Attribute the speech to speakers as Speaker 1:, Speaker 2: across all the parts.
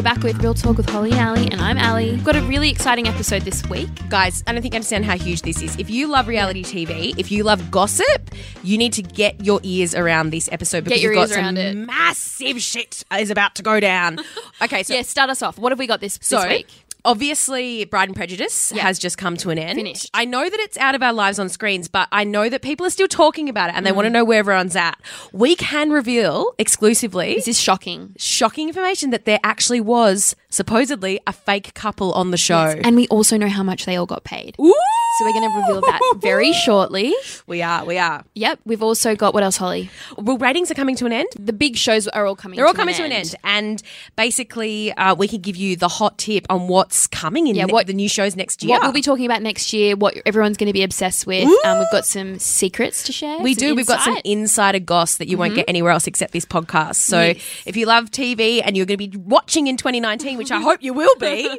Speaker 1: back with Real Talk with Holly and Allie, and I'm Allie. We've got a really exciting episode this week.
Speaker 2: Guys, I don't think I understand how huge this is. If you love reality TV, if you love gossip, you need to get your ears around this episode because
Speaker 1: your
Speaker 2: you've got
Speaker 1: ears around
Speaker 2: some
Speaker 1: it.
Speaker 2: massive shit is about to go down. Okay, so
Speaker 1: Yeah, start us off. What have we got this,
Speaker 2: so
Speaker 1: this week?
Speaker 2: obviously Bride and Prejudice
Speaker 1: Yeah.
Speaker 2: has just come to an end.
Speaker 1: Finished.
Speaker 2: I know that it's out of our lives on screens, but I know that people are still talking about it and they
Speaker 1: Mm.
Speaker 2: want to know where everyone's at. We can reveal exclusively
Speaker 1: This is shocking.
Speaker 2: shocking information that there actually was supposedly a fake couple on the show.
Speaker 1: And we also know how much they all got paid.
Speaker 2: Ooh!
Speaker 1: So we're going to reveal that very shortly.
Speaker 2: We are, we are.
Speaker 1: Yep, we've also got what else, Holly?
Speaker 2: Well, ratings are coming to an end.
Speaker 1: The big shows are all coming.
Speaker 2: They're all coming to an end, and basically, uh, we can give you the hot tip on what's coming in
Speaker 1: Yeah,
Speaker 2: ne-
Speaker 1: what-
Speaker 2: the new shows next year.
Speaker 1: What we'll be talking about next year, what everyone's going to be obsessed with. Um, we've got some secrets to share.
Speaker 2: we
Speaker 1: some
Speaker 2: do. We've got some
Speaker 1: insight. Mm-hmm.
Speaker 2: insider goss that you won't get anywhere else except this podcast. So if you love TV and you're going to be watching in 2019, which I hope you will be,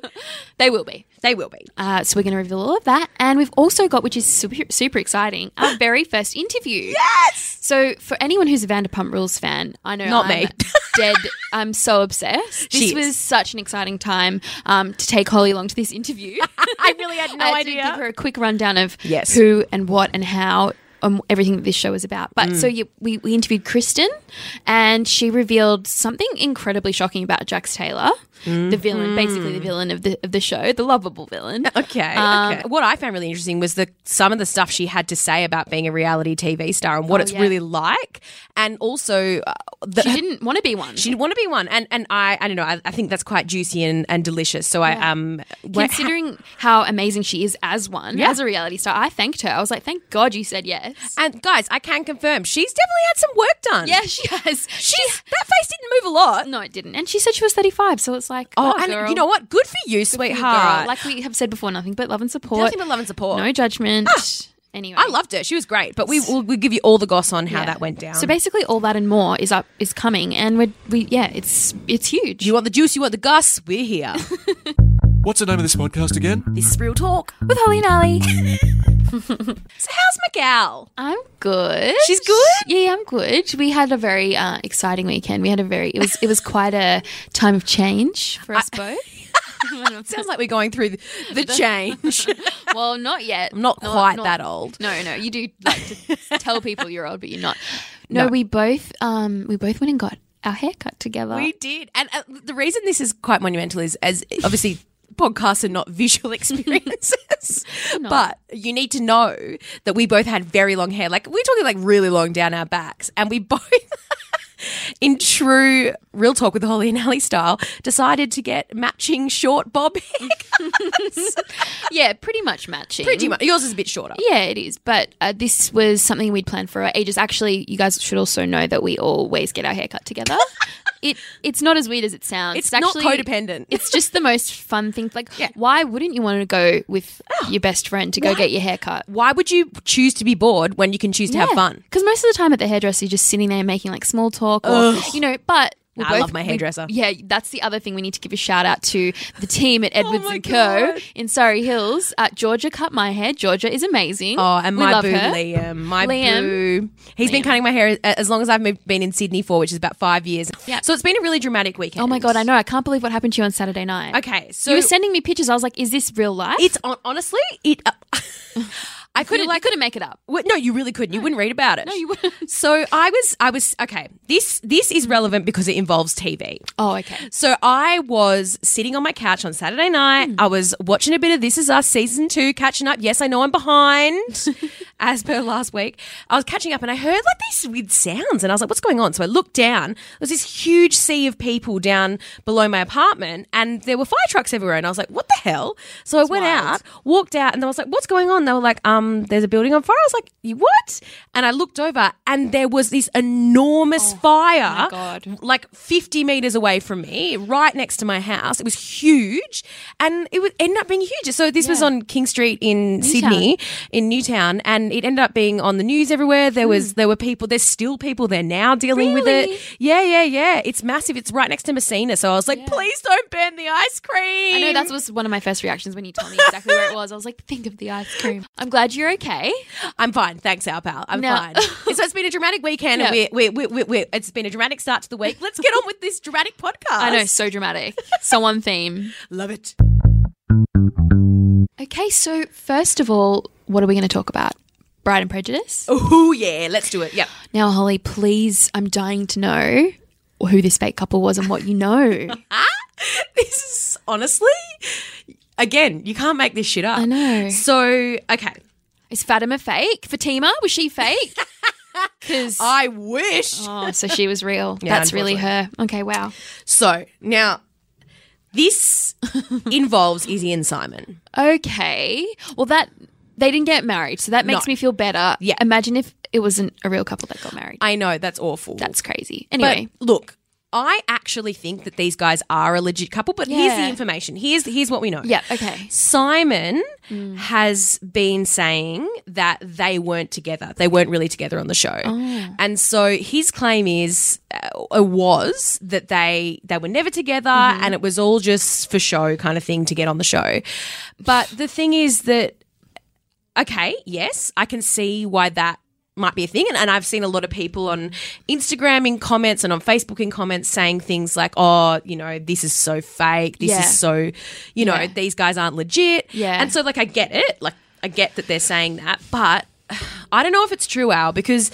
Speaker 1: they will be.
Speaker 2: they will be.
Speaker 1: Uh, so we're going to reveal all of that, and we've also got, which is super, super exciting, our very first interview.
Speaker 2: Yes.
Speaker 1: So for anyone who's a Vanderpump Rules fan, I know
Speaker 2: Not
Speaker 1: I'm
Speaker 2: me.
Speaker 1: dead. I'm so obsessed. This
Speaker 2: She is.
Speaker 1: was such an exciting time um, to take Holly along to this interview.
Speaker 2: I really had no
Speaker 1: I had to
Speaker 2: idea.
Speaker 1: give her a quick rundown of
Speaker 2: Yes.
Speaker 1: who and what and how. Um, everything that this show is about.
Speaker 2: Mm.
Speaker 1: But so you, we, we interviewed Kristen and she revealed something incredibly shocking about Jax Taylor,
Speaker 2: Mm.
Speaker 1: the villain, basically the villain of the, of the show, the lovable villain.
Speaker 2: Okay,
Speaker 1: Um,
Speaker 2: okay. What I found really interesting was the some of the stuff she had to say about being a reality TV star and what it's
Speaker 1: Oh, yeah.
Speaker 2: really like, and also uh, the,
Speaker 1: She didn't want to be one.
Speaker 2: She didn't want to be one, and and I I don't know. I, I think that's quite juicy and, and delicious. So I um when-
Speaker 1: Considering how amazing she is as one,
Speaker 2: Yeah.
Speaker 1: as a reality star, I thanked her. I was like, thank God you said yes.
Speaker 2: and guys, I can confirm she's definitely had some work done.
Speaker 1: Yeah, she has.
Speaker 2: she's that face didn't move a lot.
Speaker 1: No, it didn't. And she said she was 35, so it's like,
Speaker 2: oh,
Speaker 1: oh,
Speaker 2: and
Speaker 1: girl.
Speaker 2: you know what? Good for you,
Speaker 1: Good girl.
Speaker 2: sweetheart.
Speaker 1: Like we have said before, nothing but love and support.
Speaker 2: nothing but love and support. Ah.
Speaker 1: No judgment. Anyway.
Speaker 2: I loved her. She was great, but we will we'll give you all the goss on how
Speaker 1: Yeah.
Speaker 2: that went down.
Speaker 1: So basically all that and more is up is coming and we're we yeah, it's it's huge.
Speaker 2: you want the juice, you want the goss. We're here.
Speaker 3: What's the name of this podcast again?
Speaker 2: this is real talk.
Speaker 1: With Holly and Ali.
Speaker 2: So how's McGal?
Speaker 1: I'm good.
Speaker 2: She's good?
Speaker 1: Yeah, I'm good. We had a very uh, exciting weekend. We had a very it was it was quite a time of change for us both.
Speaker 2: Sounds like we're going through the, the change.
Speaker 1: well, not yet.
Speaker 2: I'm not quite that old.
Speaker 1: No, no, you do like to tell people you're old, but you're not. No,
Speaker 2: No.
Speaker 1: we both um we both went and got our hair cut together.
Speaker 2: We did. And uh, the reason this is quite monumental is as obviously podcasts are not visual experiences, but you need to know that we both had very long hair. Like we're talking like really long down our backs and we both in true real talk with Holly and Ally style decided to get matching short bob hair.
Speaker 1: yeah, pretty much matching.
Speaker 2: Pretty much. Yours is a bit shorter.
Speaker 1: Yeah, it is. But uh, this was something we'd planned for ages. Actually, you guys should also know that we always get our hair cut together. it it's not as weird as it sounds.
Speaker 2: It's not codependent.
Speaker 1: It's just the most fun thing. Like,
Speaker 2: Yeah. Oh.
Speaker 1: why wouldn't you want to go with your best friend to go get your hair cut?
Speaker 2: Why would you choose to be bored when you can choose to have fun?
Speaker 1: Because most of the time at the hairdresser, you're just sitting there making like small talk, or you know. But we're
Speaker 2: I love my hairdresser.
Speaker 1: We, yeah, that's the other thing we need to give a shout out to the team at Edwards
Speaker 2: Oh my
Speaker 1: and Co.
Speaker 2: God.
Speaker 1: in Surrey Hills. Uh, Georgia cut my hair. Georgia is amazing.
Speaker 2: Oh, and
Speaker 1: we
Speaker 2: my
Speaker 1: love
Speaker 2: boo
Speaker 1: her.
Speaker 2: Liam, my
Speaker 1: Liam.
Speaker 2: boo. He's been cutting my hair a- as long as I've moved, been in Sydney for, which is about five years.
Speaker 1: Yeah.
Speaker 2: So it's been a really dramatic weekend.
Speaker 1: Oh my god, I know. I can't believe what happened to you on Saturday night.
Speaker 2: Okay, so
Speaker 1: you were sending me pictures. I was like, "Is this real life?"
Speaker 2: it's on, honestly it. uh, I could
Speaker 1: couldn't
Speaker 2: have
Speaker 1: like
Speaker 2: like
Speaker 1: couldn't make it up.
Speaker 2: Well, no, you really couldn't. You wouldn't read about it. No,
Speaker 1: you wouldn't.
Speaker 2: So I was, I was okay. This this is relevant because it involves TV.
Speaker 1: Oh, okay.
Speaker 2: So I was sitting on my couch on Saturday night. I was watching a bit of This Is Us season two, catching up. Yes, I know I'm behind, as per last week. I was catching up and I heard like these weird sounds, and I was like, "What's going on?" So I looked down. There was this huge sea of people down below my apartment, and there were fire trucks everywhere. And I was like, "What the hell?" So I went out, walked out, and I was like, "What's going on?" They were like, "Um, there's a building on fire." I was like, "You what?" And I looked over, and there was this enormous fire
Speaker 1: God.
Speaker 2: like 50 meters away from me, right next to my house. It was huge and it would end up being huge. So this was on King Street in Sydney, in Newtown, and it ended up being on the news everywhere. There was there were people, there's still people there now dealing with
Speaker 1: Really?
Speaker 2: it. Yeah, yeah, yeah. It's massive. It's right next to Messina. So I was like, please don't burn the ice cream.
Speaker 1: I know that was one of my first reactions when you told me exactly where it was. I was like, "Think of the ice cream." I'm glad glad you're okay.
Speaker 2: I'm fine. Thanks, our pal. I'm
Speaker 1: No.
Speaker 2: fine. so it's been a dramatic weekend.
Speaker 1: No.
Speaker 2: and We're, we're, we're, we're, we're, it's been a dramatic start to the week. Let's get on with this dramatic podcast.
Speaker 1: I know, so dramatic. So on theme.
Speaker 2: Love it.
Speaker 1: Okay, so first of all, what are we going to talk about? Bride and Prejudice.
Speaker 2: Oh, yeah. Let's do it. Yep.
Speaker 1: Now, Holly, please, I'm dying to know who this fake couple was and what you know.
Speaker 2: This is honestly, again, you can't make this shit up.
Speaker 1: I know.
Speaker 2: So, okay.
Speaker 1: Is Fatima fake? Fatima, was she fake? Because.
Speaker 2: I wish.
Speaker 1: Oh, so she was real.
Speaker 2: Yeah,
Speaker 1: That's really her. Okay, wow.
Speaker 2: So, now, this involves Izzy and Simon.
Speaker 1: Okay. Well, that they didn't get married, so that makes
Speaker 2: No.
Speaker 1: me feel better.
Speaker 2: Yeah.
Speaker 1: Imagine if it wasn't a real couple that got married.
Speaker 2: I know, that's awful.
Speaker 1: That's crazy. Anyway,
Speaker 2: But look, I actually think that these guys are a legit couple, but here's
Speaker 1: Yeah.
Speaker 2: the information. Here's here's what we know.
Speaker 1: yeah. Okay.
Speaker 2: Simon has been saying that they weren't together. They weren't really together on the show. And so his claim is uh, was that they they were never together and it was all just for show kind of thing to get on the show. But the thing is that okay, yes, I can see why that might be a thing. And, and I've seen a lot of people on Instagram in comments and on Facebook in comments saying things like, oh, you know, this is so fake. This
Speaker 1: Yeah.
Speaker 2: is so, you know,
Speaker 1: Yeah.
Speaker 2: these guys aren't legit.
Speaker 1: Yeah.
Speaker 2: And so, like, I get it. Like, I get that they're saying that. But I don't know if it's true, Al, because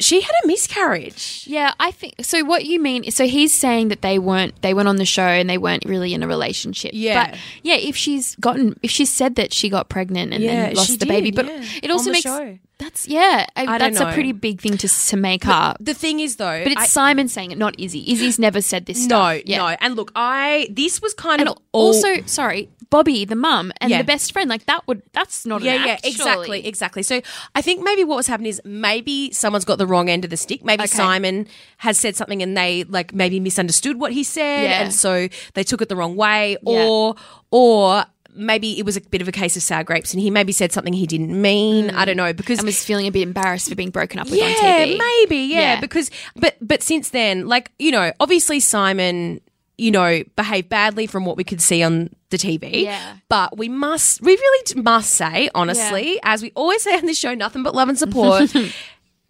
Speaker 2: she had a miscarriage.
Speaker 1: Yeah, I think so. What you mean? So he's saying that they weren't they went on the show and they weren't really in a relationship.
Speaker 2: Yeah.
Speaker 1: but yeah, if she's gotten if she said that she got pregnant and,
Speaker 2: Yeah,
Speaker 1: and lost
Speaker 2: she
Speaker 1: the baby, but
Speaker 2: did, yeah,
Speaker 1: it also
Speaker 2: on the
Speaker 1: makes
Speaker 2: show.
Speaker 1: that's yeah, I,
Speaker 2: don't
Speaker 1: that's
Speaker 2: know.
Speaker 1: a pretty big thing to s- to make up.
Speaker 2: The thing is, though,
Speaker 1: but it's
Speaker 2: I-
Speaker 1: Simon saying it, not Izzy. Izzy's never said this
Speaker 2: no,
Speaker 1: stuff. Yeah.
Speaker 2: no. And look, I, this was kind
Speaker 1: And
Speaker 2: of all-
Speaker 1: also, sorry, Bobby, the mum, and
Speaker 2: Yeah.
Speaker 1: the best friend, like that would that's not
Speaker 2: Yeah,
Speaker 1: an
Speaker 2: yeah,
Speaker 1: act,
Speaker 2: exactly,
Speaker 1: surely.
Speaker 2: exactly. So I think maybe what was happening is maybe someone's got the wrong end of the stick. Maybe
Speaker 1: Okay.
Speaker 2: Simon has said something and they like maybe misunderstood what he said,
Speaker 1: Yeah.
Speaker 2: and so they took it the wrong way,
Speaker 1: Yeah.
Speaker 2: or or maybe it was a bit of a case of sour grapes, and he maybe said something he didn't mean. I don't know because
Speaker 1: Mm. And was feeling a bit embarrassed for being broken up with on
Speaker 2: yeah,
Speaker 1: TV.
Speaker 2: maybe, yeah,
Speaker 1: Yeah.
Speaker 2: because but but since then, like you know, obviously Simon, you know, behaved badly from what we could see on the TV.
Speaker 1: Yeah.
Speaker 2: But we must, we really d- must say honestly, as we always say on this show, nothing but love and support.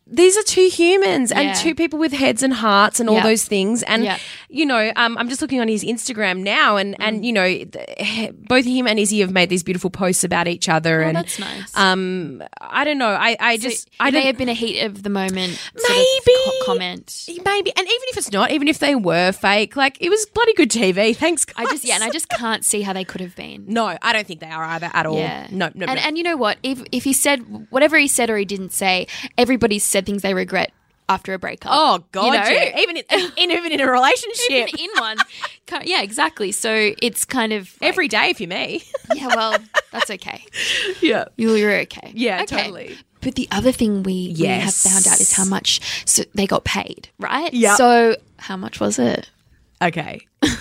Speaker 2: These are two humans and
Speaker 1: Yeah.
Speaker 2: two people with heads and hearts and all
Speaker 1: Yeah.
Speaker 2: those things. And
Speaker 1: Yeah.
Speaker 2: you know, um, I'm just looking on his Instagram now, and
Speaker 1: Mm.
Speaker 2: and you know, th- both him and Izzy have made these beautiful posts about each other. and
Speaker 1: Oh, that's nice.
Speaker 2: Um, I don't know. I I just I
Speaker 1: it
Speaker 2: don't,
Speaker 1: may have been a heat of the moment sort of
Speaker 2: Maybe.
Speaker 1: co- comment.
Speaker 2: Maybe, and even if it's not, even if they were fake, like it was bloody good TV. Thanks, guys.
Speaker 1: I just yeah, and I just can't see how they could have been.
Speaker 2: no, I don't think they are either at all.
Speaker 1: Yeah,
Speaker 2: No, no,
Speaker 1: and
Speaker 2: no.
Speaker 1: and you know what? If if he said whatever he said or he didn't say, everybody's said things they regret after a breakup.
Speaker 2: oh god,
Speaker 1: you know?
Speaker 2: yeah. even in, in even in a relationship,
Speaker 1: Even in one, Ca- yeah, exactly. So it's kind of like,
Speaker 2: every day if you're me.
Speaker 1: yeah, well, that's okay.
Speaker 2: yeah,
Speaker 1: You- You're okay.
Speaker 2: Yeah,
Speaker 1: Okay.
Speaker 2: totally.
Speaker 1: But the other thing we, we have
Speaker 2: Yes.
Speaker 1: found out is how much so they got paid, right?
Speaker 2: Yeah.
Speaker 1: So how much was it?
Speaker 2: okay.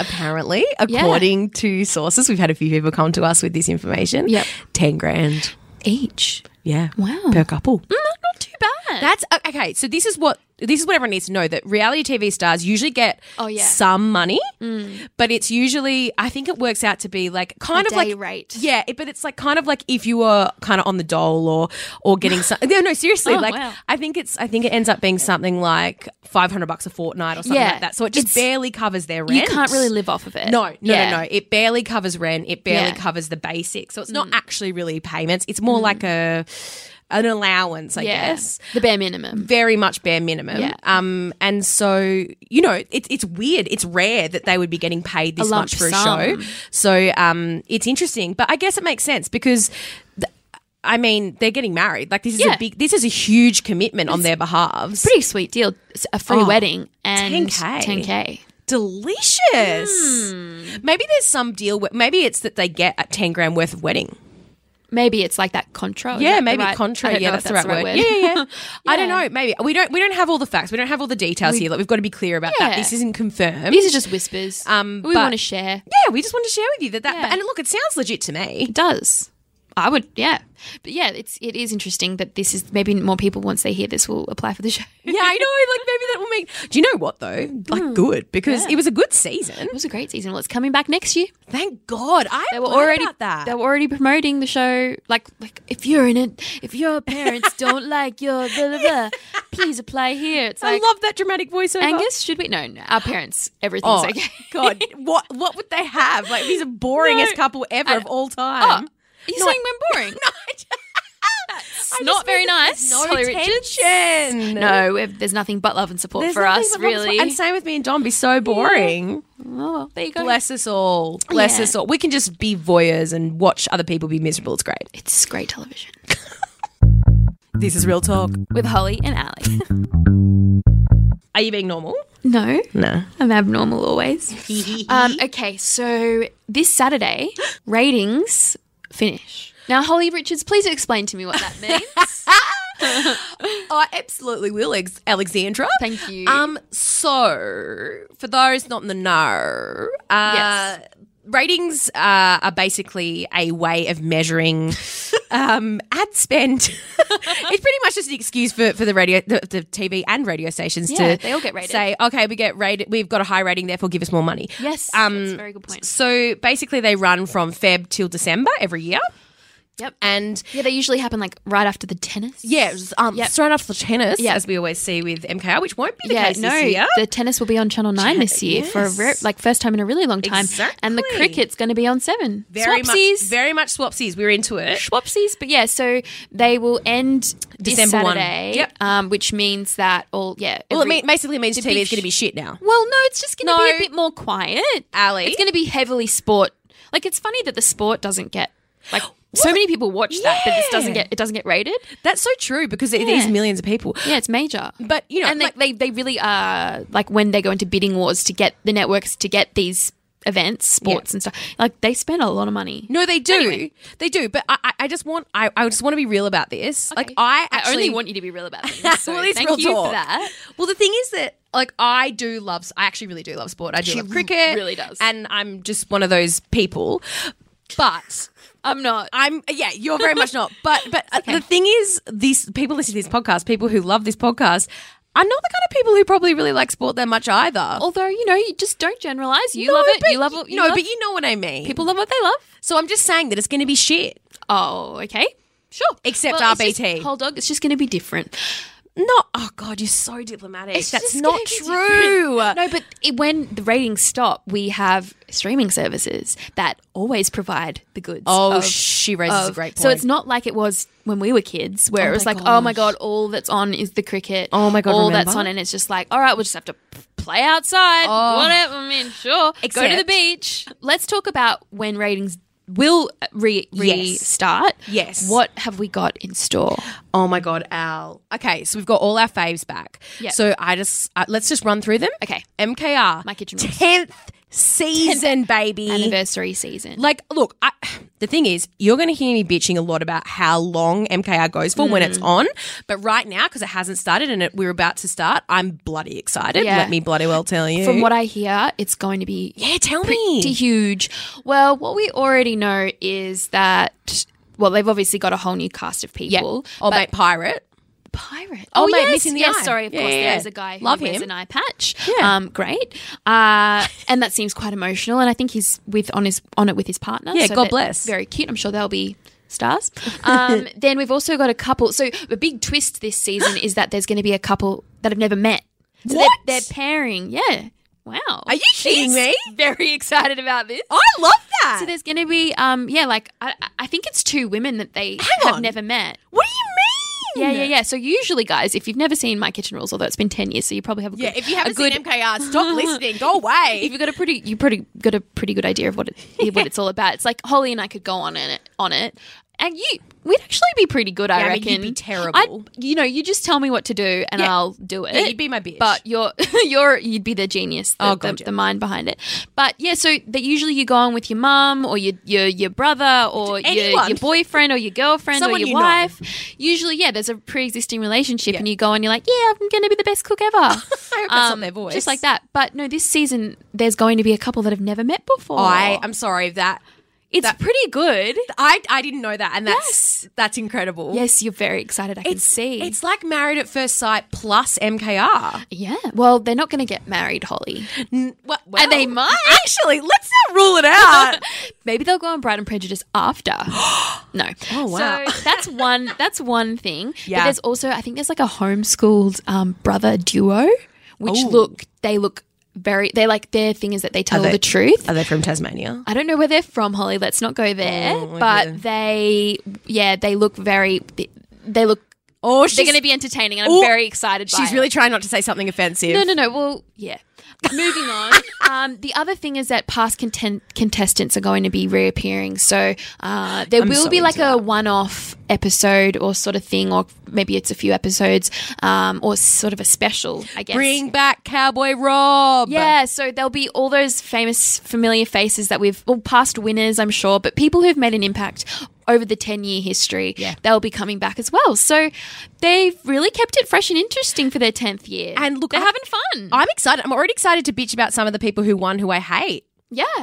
Speaker 2: Apparently, according to sources, we've had a few people come to us with this information.
Speaker 1: Yep.
Speaker 2: ten grand.
Speaker 1: Each.
Speaker 2: Yeah,
Speaker 1: Wow.
Speaker 2: per couple.
Speaker 1: Not, not too bad.
Speaker 2: That's uh, okay. So this is what this is what everyone needs to know that reality TV stars usually get
Speaker 1: Oh, yeah. Mm.
Speaker 2: some money, but it's usually I think it works out to be like kind of
Speaker 1: day
Speaker 2: like
Speaker 1: rate.
Speaker 2: Yeah, it, but it's like kind of like if you were kind of on the dole or or getting some. No, no, seriously.
Speaker 1: Oh,
Speaker 2: like
Speaker 1: wow.
Speaker 2: I think it's I think it ends up being something like five hundred bucks a fortnight or something
Speaker 1: Yeah.
Speaker 2: like that. So it just
Speaker 1: It's-
Speaker 2: barely covers their rent.
Speaker 1: you can't really live off of it.
Speaker 2: No, no,
Speaker 1: Yeah.
Speaker 2: no, no. It barely covers rent. It barely
Speaker 1: Yeah. Mm.
Speaker 2: covers the basics. So it's not actually really payments. It's more like a an allowance, I
Speaker 1: Yeah.
Speaker 2: guess
Speaker 1: The bare minimum.
Speaker 2: very much bare minimum.
Speaker 1: Yeah.
Speaker 2: Um, and so you know, it's it's weird. It's rare that they would be getting paid this
Speaker 1: lump
Speaker 2: much for a
Speaker 1: sum.
Speaker 2: show. So um, it's interesting, but I guess it makes sense because. th- I mean, they're getting married. Like this is
Speaker 1: Yeah.
Speaker 2: a big, this is a huge commitment on their behalves.
Speaker 1: Pretty sweet deal. It's A
Speaker 2: Oh,
Speaker 1: free wedding and
Speaker 2: 10K.
Speaker 1: 10K.
Speaker 2: delicious.
Speaker 1: Hmm.
Speaker 2: Maybe there's some deal. Where, maybe it's that they get a ten grand worth of wedding.
Speaker 1: Maybe it's like that contra. is
Speaker 2: Yeah,
Speaker 1: that the
Speaker 2: maybe
Speaker 1: right- I
Speaker 2: contra.
Speaker 1: don't
Speaker 2: Yeah,
Speaker 1: know
Speaker 2: that's,
Speaker 1: if
Speaker 2: the right, word. Yeah, yeah, yeah. I don't know. Maybe we don't. We don't have all the facts. We don't have all the details here. Like we've got to be clear about that.
Speaker 1: Yeah.
Speaker 2: This isn't confirmed.
Speaker 1: These are just whispers.
Speaker 2: Um,
Speaker 1: we
Speaker 2: but-
Speaker 1: want to share.
Speaker 2: Yeah, we just wanted to share with you that that.
Speaker 1: Yeah.
Speaker 2: And look, it sounds legit to me.
Speaker 1: It does. I would, yeah, but yeah, it's it is interesting that this is maybe more people once they hear this will apply for the show.
Speaker 2: Yeah, I know. Like maybe that will make. Do you know what though? Like good because it was a good season.
Speaker 1: It was a great season. Well, it's coming back next year.
Speaker 2: Thank God. I
Speaker 1: They were already
Speaker 2: about that.
Speaker 1: they were already promoting the show. Like like if you're in it, if your parents don't like your blah blah blah, please apply here. It's
Speaker 2: I
Speaker 1: like
Speaker 2: love that dramatic voiceover.
Speaker 1: Angus. Should we? No, no, our parents. Everything's
Speaker 2: Oh
Speaker 1: okay.
Speaker 2: God, what what would they have? Like he's the boringest
Speaker 1: No.
Speaker 2: couple ever
Speaker 1: I-
Speaker 2: of all
Speaker 1: Oh,
Speaker 2: time.
Speaker 1: you're
Speaker 2: No,
Speaker 1: saying
Speaker 2: I-
Speaker 1: we're boring?
Speaker 2: No, I just- I
Speaker 1: not
Speaker 2: just
Speaker 1: very
Speaker 2: mean that
Speaker 1: nice,
Speaker 2: there's No
Speaker 1: Holly Richards.
Speaker 2: attention.
Speaker 1: No, we've- there's nothing but love and support
Speaker 2: There's
Speaker 1: for
Speaker 2: nothing
Speaker 1: us,
Speaker 2: but love and
Speaker 1: really.
Speaker 2: support. And same with me and John. Be so boring.
Speaker 1: oh, well, there you go.
Speaker 2: Bless us all. Bless
Speaker 1: Yeah.
Speaker 2: us all. We can just be voyeurs and watch other people be miserable. It's great.
Speaker 1: It's great television
Speaker 2: This is real talk.
Speaker 1: with Holly and Ali.
Speaker 2: Are you being normal?
Speaker 1: no,
Speaker 2: No.
Speaker 1: I'm abnormal always.
Speaker 2: Uh,
Speaker 1: um, okay, so this Saturday ratings finish. Now, Holly Richards, please explain to me what that means.
Speaker 2: I absolutely will, Ex- Alexandra.
Speaker 1: Thank you.
Speaker 2: Um, so for those not in the know, uh,
Speaker 1: Yes.
Speaker 2: ratings uh, are basically a way of measuring um, ad spend. it's pretty much just an excuse for, for the radio, the, the TV and radio stations
Speaker 1: Yeah,
Speaker 2: to
Speaker 1: they all get rated.
Speaker 2: Say, okay, we get rated. We've got a high rating, therefore give us more money.
Speaker 1: yes,
Speaker 2: Um,
Speaker 1: that's a very good point.
Speaker 2: So basically, they run from Feb till December every year,
Speaker 1: Yep.
Speaker 2: and
Speaker 1: Yeah, they usually happen like right after the tennis.
Speaker 2: yeah, it was, um,
Speaker 1: Yep.
Speaker 2: straight off the tennis,
Speaker 1: Yep.
Speaker 2: as we always see with MKR, which won't be the
Speaker 1: Yeah,
Speaker 2: case
Speaker 1: no,
Speaker 2: this year.
Speaker 1: the tennis will be on Channel 9 this year for a rare,
Speaker 2: Yes.
Speaker 1: like first time in a really long time. And the
Speaker 2: Exactly.
Speaker 1: cricket's going to be on 7.
Speaker 2: very
Speaker 1: Swapsies.
Speaker 2: much, very much swapsies. We're into it.
Speaker 1: Swapsies, but yeah, so they will end this
Speaker 2: December 1.
Speaker 1: Saturday,
Speaker 2: Yep.
Speaker 1: um, which means that all yeah.
Speaker 2: Well, it
Speaker 1: every-
Speaker 2: mean, basically means TV is
Speaker 1: sh-
Speaker 2: going to be shit now.
Speaker 1: Well, no, it's just going to
Speaker 2: No.
Speaker 1: be a bit more quiet.
Speaker 2: Ali?
Speaker 1: It's going to be heavily sport. Like it's funny that the sport doesn't get like so many people watch that, but this doesn't
Speaker 2: Yeah.
Speaker 1: get it doesn't get rated.
Speaker 2: That's so true because it is
Speaker 1: Yeah.
Speaker 2: millions of people.
Speaker 1: Yeah, it's major.
Speaker 2: But you know,
Speaker 1: and they,
Speaker 2: like-
Speaker 1: they they really are like when they go into bidding wars to get the networks to get these events, sports and stuff. Like they spend a lot of money.
Speaker 2: no, they do, they do. But I, I- I just want, I, I just want to be real about this. Like I, actually,
Speaker 1: only want you to be real about things. So
Speaker 2: Well, it's
Speaker 1: thank
Speaker 2: real
Speaker 1: you
Speaker 2: talk.
Speaker 1: for that.
Speaker 2: Well, the thing is that like I do love, I actually really do love sport. I do
Speaker 1: She
Speaker 2: love cricket,
Speaker 1: really does.
Speaker 2: and I'm just one of those people. But
Speaker 1: I'm not.
Speaker 2: I'm yeah, you're very much not. But but uh, the thing is, these people listening to this podcast, people who love this podcast, are not the kind of people who probably really like sport that much either.
Speaker 1: Although you know, you just don't generalize. Oh, You love it.
Speaker 2: but-
Speaker 1: You love it. You
Speaker 2: no,
Speaker 1: love,
Speaker 2: but you know what I mean.
Speaker 1: people love what they love.
Speaker 2: so I'm just saying that it's going to be shit.
Speaker 1: Oh, okay, sure.
Speaker 2: Except
Speaker 1: Well, it's
Speaker 2: RBT.
Speaker 1: just- whole dog. It's just going to be different.
Speaker 2: Not. Oh God, you're so diplomatic.
Speaker 1: It's
Speaker 2: That's
Speaker 1: just
Speaker 2: not
Speaker 1: gonna be
Speaker 2: true.
Speaker 1: different. No, but it, when the ratings stop, we have streaming services that always provide the goods.
Speaker 2: Oh,
Speaker 1: of-
Speaker 2: she raises a
Speaker 1: of-
Speaker 2: great point.
Speaker 1: So it's not like it was when we were kids, where
Speaker 2: Oh
Speaker 1: it was
Speaker 2: my
Speaker 1: like, oh my
Speaker 2: gosh.
Speaker 1: god, all that's on is the cricket.
Speaker 2: Oh my God,
Speaker 1: all that's
Speaker 2: remember?
Speaker 1: on, and it's just like, all right, we'll just have to p- play outside.
Speaker 2: Oh.
Speaker 1: Whatever, I mean, sure, go to the
Speaker 2: Except-
Speaker 1: beach. Let's talk about when ratings will re- restart.
Speaker 2: Yes.
Speaker 1: What have we got in store?
Speaker 2: Oh my god, Al. Okay, so we've got all our faves back.
Speaker 1: Yeah.
Speaker 2: So I just uh, let's just run through them.
Speaker 1: Okay.
Speaker 2: MKR.
Speaker 1: My kitchen rules.
Speaker 2: Tenth season, baby.
Speaker 1: Anniversary season.
Speaker 2: Like, look, I, the thing is, you're going to hear me bitching a lot about how long MKR goes for when it's on. But right now, because it hasn't started and it, we're about to start, I'm bloody excited.
Speaker 1: Yeah.
Speaker 2: Let me bloody well tell you.
Speaker 1: From what I hear, it's going to be
Speaker 2: yeah, tell
Speaker 1: pretty
Speaker 2: me.
Speaker 1: huge. Well, what we already know is that well, they've obviously got a whole new cast of
Speaker 2: Yeah.
Speaker 1: people.
Speaker 2: Or Oh, mate, pirate.
Speaker 1: pirate.
Speaker 2: Oh,
Speaker 1: Oh,
Speaker 2: mate,
Speaker 1: yes,
Speaker 2: missing the
Speaker 1: yes.
Speaker 2: eye.
Speaker 1: Sorry, of
Speaker 2: Yeah,
Speaker 1: course
Speaker 2: yeah,
Speaker 1: there
Speaker 2: yeah.
Speaker 1: is a guy who
Speaker 2: Love
Speaker 1: wears
Speaker 2: him.
Speaker 1: an eye patch.
Speaker 2: Yeah.
Speaker 1: um, great. Uh, and that seems quite emotional. And I think he's with on his on it with his partner.
Speaker 2: Yeah, God
Speaker 1: that-
Speaker 2: bless.
Speaker 1: Very cute. I'm sure they'll be stars. Um, then we've also got a couple. So a big twist this season is that there's going to be a couple that have never met. So
Speaker 2: What?
Speaker 1: They're, they're pairing. Yeah. Wow.
Speaker 2: Are you kidding me? Oh.
Speaker 1: Very excited about this.
Speaker 2: I love that.
Speaker 1: So there's going to be, um, yeah, like I, I think it's two women that they
Speaker 2: Hang
Speaker 1: have
Speaker 2: on.
Speaker 1: never met.
Speaker 2: what do you
Speaker 1: Yeah,
Speaker 2: mean?
Speaker 1: yeah, yeah. So usually, guys, if you've never seen My Kitchen Rules, although it's been ten years, so you probably have a good,
Speaker 2: Yeah, if you haven't
Speaker 1: a good,
Speaker 2: seen MKR, stop listening. Go away.
Speaker 1: if you've got a pretty, you pretty got a pretty good idea of what it, what it's all about. It's like Holly and I could go on it on it, and you we'd actually be pretty good. I
Speaker 2: Yeah, I mean,
Speaker 1: reckon
Speaker 2: you'd be terrible.
Speaker 1: I'd, you know, you just tell me what to do, and
Speaker 2: Yeah.
Speaker 1: I'll do it.
Speaker 2: Yeah, you'd be my bitch.
Speaker 1: But you're you're you'd be the genius, the,
Speaker 2: Oh,
Speaker 1: oh,
Speaker 2: God,
Speaker 1: God,
Speaker 2: yeah.
Speaker 1: the, mind behind it. But yeah, so that usually you go on with your mum or your your your brother or your,
Speaker 2: Anyone.
Speaker 1: your boyfriend or your girlfriend or
Speaker 2: Someone
Speaker 1: your
Speaker 2: you know.
Speaker 1: wife. Usually, yeah, there's a pre-existing relationship,
Speaker 2: Yeah.
Speaker 1: and you go and you're like, yeah, I'm going to be the best cook ever. I hope
Speaker 2: that's not their voice.
Speaker 1: Um, just like that. But no, this season there's going to be a couple that have never met before.
Speaker 2: I am sorry that
Speaker 1: It's pretty good.
Speaker 2: I, I didn't know that, and that's that's incredible.
Speaker 1: Yes, you're very excited. I can
Speaker 2: It's-
Speaker 1: see.
Speaker 2: It's like Married at First Sight plus MKR.
Speaker 1: yeah. Well, they're not going to get married, Holly.
Speaker 2: N- wha-
Speaker 1: And they
Speaker 2: well,
Speaker 1: might.
Speaker 2: Actually, let's not rule it out.
Speaker 1: Maybe they'll go on Bride and Prejudice after. no.
Speaker 2: Oh, wow.
Speaker 1: So that's one. That's one thing.
Speaker 2: Yeah.
Speaker 1: But there's also I think there's like a homeschooled um, brother duo, which
Speaker 2: Ooh.
Speaker 1: look they look very. They like their thing is that they tell
Speaker 2: they-
Speaker 1: the truth.
Speaker 2: Are they from Tasmania?
Speaker 1: I don't know where they're from, Holly. Let's not go there.
Speaker 2: Oh, okay.
Speaker 1: But they, yeah, they look very. They, they look.
Speaker 2: Oh,
Speaker 1: They're
Speaker 2: she's
Speaker 1: going to be entertaining, and I'm
Speaker 2: Ooh,
Speaker 1: very excited. by
Speaker 2: she's
Speaker 1: it.
Speaker 2: really trying not to say something offensive.
Speaker 1: No, no, no. Well, yeah. Moving on. Um, the other thing is that past content- contestants are going to be reappearing. So uh, there will
Speaker 2: so
Speaker 1: be like
Speaker 2: into
Speaker 1: a one off episode or sort of thing, or maybe it's a few episodes um, or sort of a special, I guess.
Speaker 2: Bring back Cowboy Rob.
Speaker 1: yeah, so there'll be all those famous, familiar faces that we've, well, past winners, I'm sure, but people who've made an impact over the 10 year history,
Speaker 2: Yeah.
Speaker 1: they'll be coming back as well. So they've really kept it fresh and interesting for their 10th year.
Speaker 2: And look,
Speaker 1: they're
Speaker 2: I-
Speaker 1: having fun.
Speaker 2: I'm excited. I'm already excited to bitch about some of the people who won who I hate.
Speaker 1: Yeah.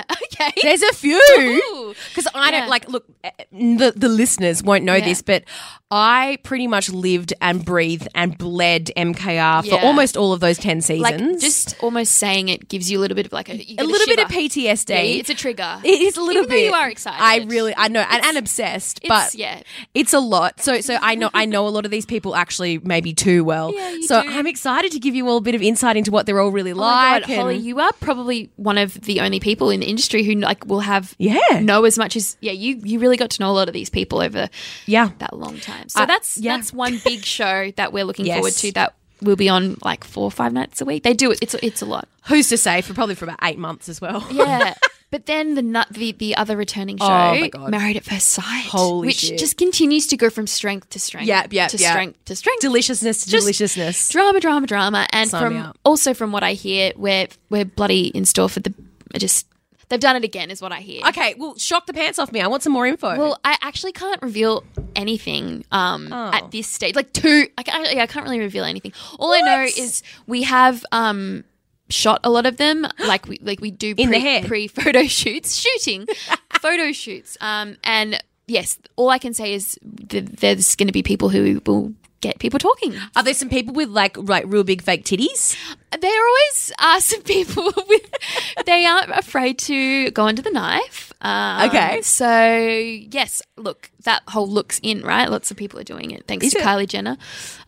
Speaker 1: Okay.
Speaker 2: There's a few.
Speaker 1: Ooh.
Speaker 2: Because I
Speaker 1: Yeah.
Speaker 2: don't like, look, eh, the, the listeners won't know
Speaker 1: Yeah.
Speaker 2: this, but I pretty much lived and breathed and bled MKR for
Speaker 1: Yeah.
Speaker 2: almost all of those 10 seasons.
Speaker 1: Like just almost saying it gives you a little bit of like a you get
Speaker 2: a little bit of
Speaker 1: shiver.
Speaker 2: PTSD.
Speaker 1: Yeah, it's a trigger.
Speaker 2: It is a little
Speaker 1: Even though
Speaker 2: bit.
Speaker 1: you are excited.
Speaker 2: I really, I know, and, and obsessed, but
Speaker 1: yeah.
Speaker 2: it's a lot. So, so I know, I know a lot of these people actually maybe too well.
Speaker 1: Yeah, you
Speaker 2: so
Speaker 1: do.
Speaker 2: I'm excited to give you all a bit of insight into what they're all really
Speaker 1: Oh my
Speaker 2: like.
Speaker 1: God, Holly,
Speaker 2: and-
Speaker 1: you are probably one of the only people in the industry who like will have
Speaker 2: Yeah.
Speaker 1: know as much as yeah you you really got to know a lot of these people over
Speaker 2: yeah,
Speaker 1: that long time. So
Speaker 2: Uh,
Speaker 1: that's
Speaker 2: yeah.
Speaker 1: that's one big show that we're looking
Speaker 2: Yes.
Speaker 1: forward to that will be on like four or five nights a week. They do it. It's it's a lot.
Speaker 2: who's to say for probably for about eight months as well.
Speaker 1: Yeah. But then the nut, the, the other returning show,
Speaker 2: my God.
Speaker 1: Married at First Sight,
Speaker 2: Holy
Speaker 1: which
Speaker 2: shit.
Speaker 1: just continues to go from strength to strength,
Speaker 2: Yep, yep,
Speaker 1: to
Speaker 2: yep.
Speaker 1: strength to strength,
Speaker 2: Deliciousness to
Speaker 1: Just-
Speaker 2: deliciousness.
Speaker 1: drama, drama, drama, and
Speaker 2: Sign
Speaker 1: from
Speaker 2: me up.
Speaker 1: also from what I hear, we're we're bloody in store for the just they've done it again, is what I hear.
Speaker 2: okay, well, shock the pants off me. I want some more info.
Speaker 1: Well, I actually can't reveal anything um,
Speaker 2: Oh.
Speaker 1: at this stage. Like two, I, can't- yeah, I can't really reveal anything. All I know
Speaker 2: What?
Speaker 1: is we have um, shot a lot of them. Like we like we do pre,
Speaker 2: the head.
Speaker 1: pre photo shoots, shooting photo shoots. Um, and yes, all I can say is th- there's going to be people who will get people talking.
Speaker 2: are there some people with like like real big fake titties?
Speaker 1: There always are some people with they aren't afraid to go under the knife. Um,
Speaker 2: Okay.
Speaker 1: so yes, look that whole looks in right. Lots of people are doing it. Thanks
Speaker 2: Is
Speaker 1: to
Speaker 2: it?
Speaker 1: Kylie Jenner.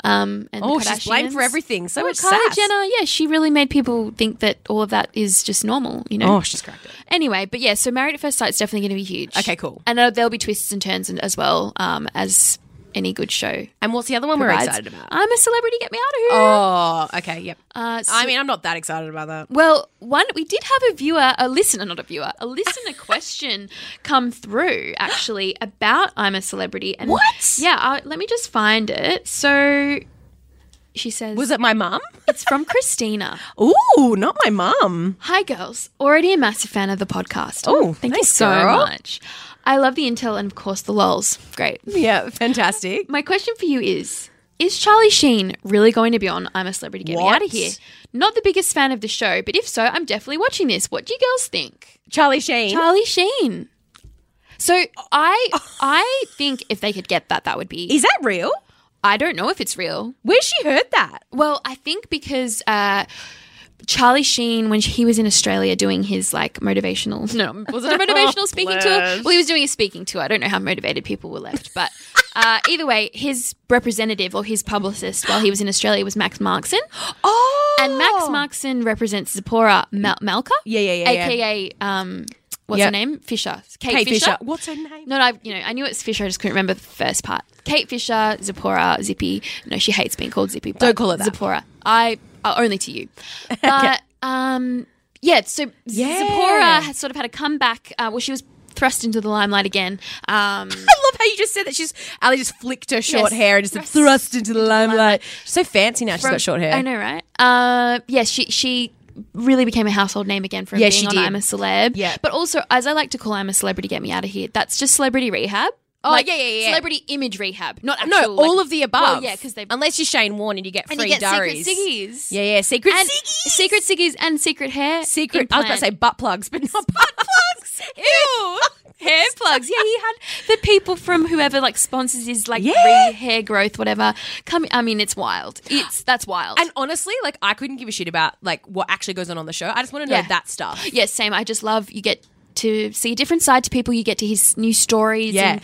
Speaker 1: Um, and
Speaker 2: Oh,
Speaker 1: the
Speaker 2: she's blamed for
Speaker 1: Kardashians.
Speaker 2: everything. So
Speaker 1: Well,
Speaker 2: much
Speaker 1: Kylie
Speaker 2: sass.
Speaker 1: Jenner, yeah, she really made people think that all of that is just normal. You know.
Speaker 2: Oh, she's cracked it.
Speaker 1: Anyway, but yeah, so Married at First Sight is definitely going to be huge.
Speaker 2: Okay, cool.
Speaker 1: And uh, there'll be twists and turns and- as well um, as any good show.
Speaker 2: And what's the other one
Speaker 1: provides.
Speaker 2: we're excited about?
Speaker 1: I'm a celebrity. Get me out of here.
Speaker 2: Oh, okay, yep.
Speaker 1: Uh, so-
Speaker 2: I mean, I'm not that excited about that.
Speaker 1: Well, one we did have a viewer, a listener, not a viewer, a listener question come through actually about I'm a celebrity and
Speaker 2: What?
Speaker 1: Yeah, I, let me just find it. So she says
Speaker 2: Was it my mum?
Speaker 1: it's from Christina.
Speaker 2: Ooh, not my mum.
Speaker 1: Hi girls, already a massive fan of the podcast.
Speaker 2: Oh,
Speaker 1: thank
Speaker 2: thanks,
Speaker 1: you so
Speaker 2: girl.
Speaker 1: much. I love the intel and of course the lols. Great.
Speaker 2: Yeah, fantastic.
Speaker 1: My question for you is Is Charlie Sheen really going to be on I'm a Celebrity? Get me
Speaker 2: What?
Speaker 1: out of here. Not the biggest fan of the show, but if so, I'm definitely watching this. What do you girls think?
Speaker 2: Charlie Sheen.
Speaker 1: Charlie Sheen. So I I think if they could get that, that would be.
Speaker 2: Is that real?
Speaker 1: I don't know if it's real.
Speaker 2: Where's she heard that?
Speaker 1: Well, I think because uh, Charlie Sheen, when he was in Australia doing his like motivational, no, was it a motivational speaking tour?
Speaker 2: Bless.
Speaker 1: Well, he was doing a speaking tour. I don't know how motivated people were left, but uh, either way, his representative or his publicist while he was in Australia was Max Markson,
Speaker 2: Oh,
Speaker 1: and Max Markson represents Zipporah Mal- Malka,
Speaker 2: Yeah, yeah, yeah, yeah.
Speaker 1: aka um, what's
Speaker 2: Yeah.
Speaker 1: her name? Fisher, Kate,
Speaker 2: Kate Fisher.
Speaker 1: Fisher.
Speaker 2: What's her name?
Speaker 1: No, no, I, you know, I knew it's Fisher. I just couldn't remember the first part. Kate Fisher, Zipporah, Zippy. No, she hates being called Zippy. But
Speaker 2: Don't call her that.
Speaker 1: Zipporah. I uh, only to you. But um, yeah. So
Speaker 2: Yeah.
Speaker 1: Zipporah has sort of had a comeback. Uh, well, she was thrust into the limelight again. Um,
Speaker 2: I love how you just said that she's Ali just flicked her short
Speaker 1: Yes.
Speaker 2: hair and just
Speaker 1: Thrust.
Speaker 2: thrust into the limelight. She's so fancy now. She's
Speaker 1: from-
Speaker 2: got short hair.
Speaker 1: I know, right? Uh, yeah, she she really became a household name again from
Speaker 2: Yeah,
Speaker 1: being
Speaker 2: she
Speaker 1: on
Speaker 2: did.
Speaker 1: I'm a Celeb.
Speaker 2: Yeah.
Speaker 1: But also, as I like to call I'm a Celebrity, Get Me Out of Here, that's just celebrity rehab.
Speaker 2: Oh, yeah, yeah, yeah.
Speaker 1: Celebrity image rehab, not actual.
Speaker 2: No, all
Speaker 1: like-
Speaker 2: of the above.
Speaker 1: Well, yeah, because they've
Speaker 2: unless you're Shane Warne and you get free
Speaker 1: and you get
Speaker 2: durries.
Speaker 1: secret ciggies.
Speaker 2: Yeah, yeah, secret
Speaker 1: And
Speaker 2: ciggies.
Speaker 1: secret ciggies and secret hair.
Speaker 2: Secret. I was about to say
Speaker 1: implant.
Speaker 2: butt plugs, but not butt plugs.
Speaker 1: Ew. hair plugs. Yeah, he had the people from whoever like sponsors his like
Speaker 2: Yeah.
Speaker 1: re- hair growth, whatever. Come, I mean, it's wild. It's that's wild.
Speaker 2: And honestly, like I couldn't give a shit about like what actually goes on on the show. I just want to know
Speaker 1: Yeah.
Speaker 2: that stuff.
Speaker 1: yeah, same. I just love you get to see a different side to people. You get to hear s- new stories.
Speaker 2: Yeah.
Speaker 1: And,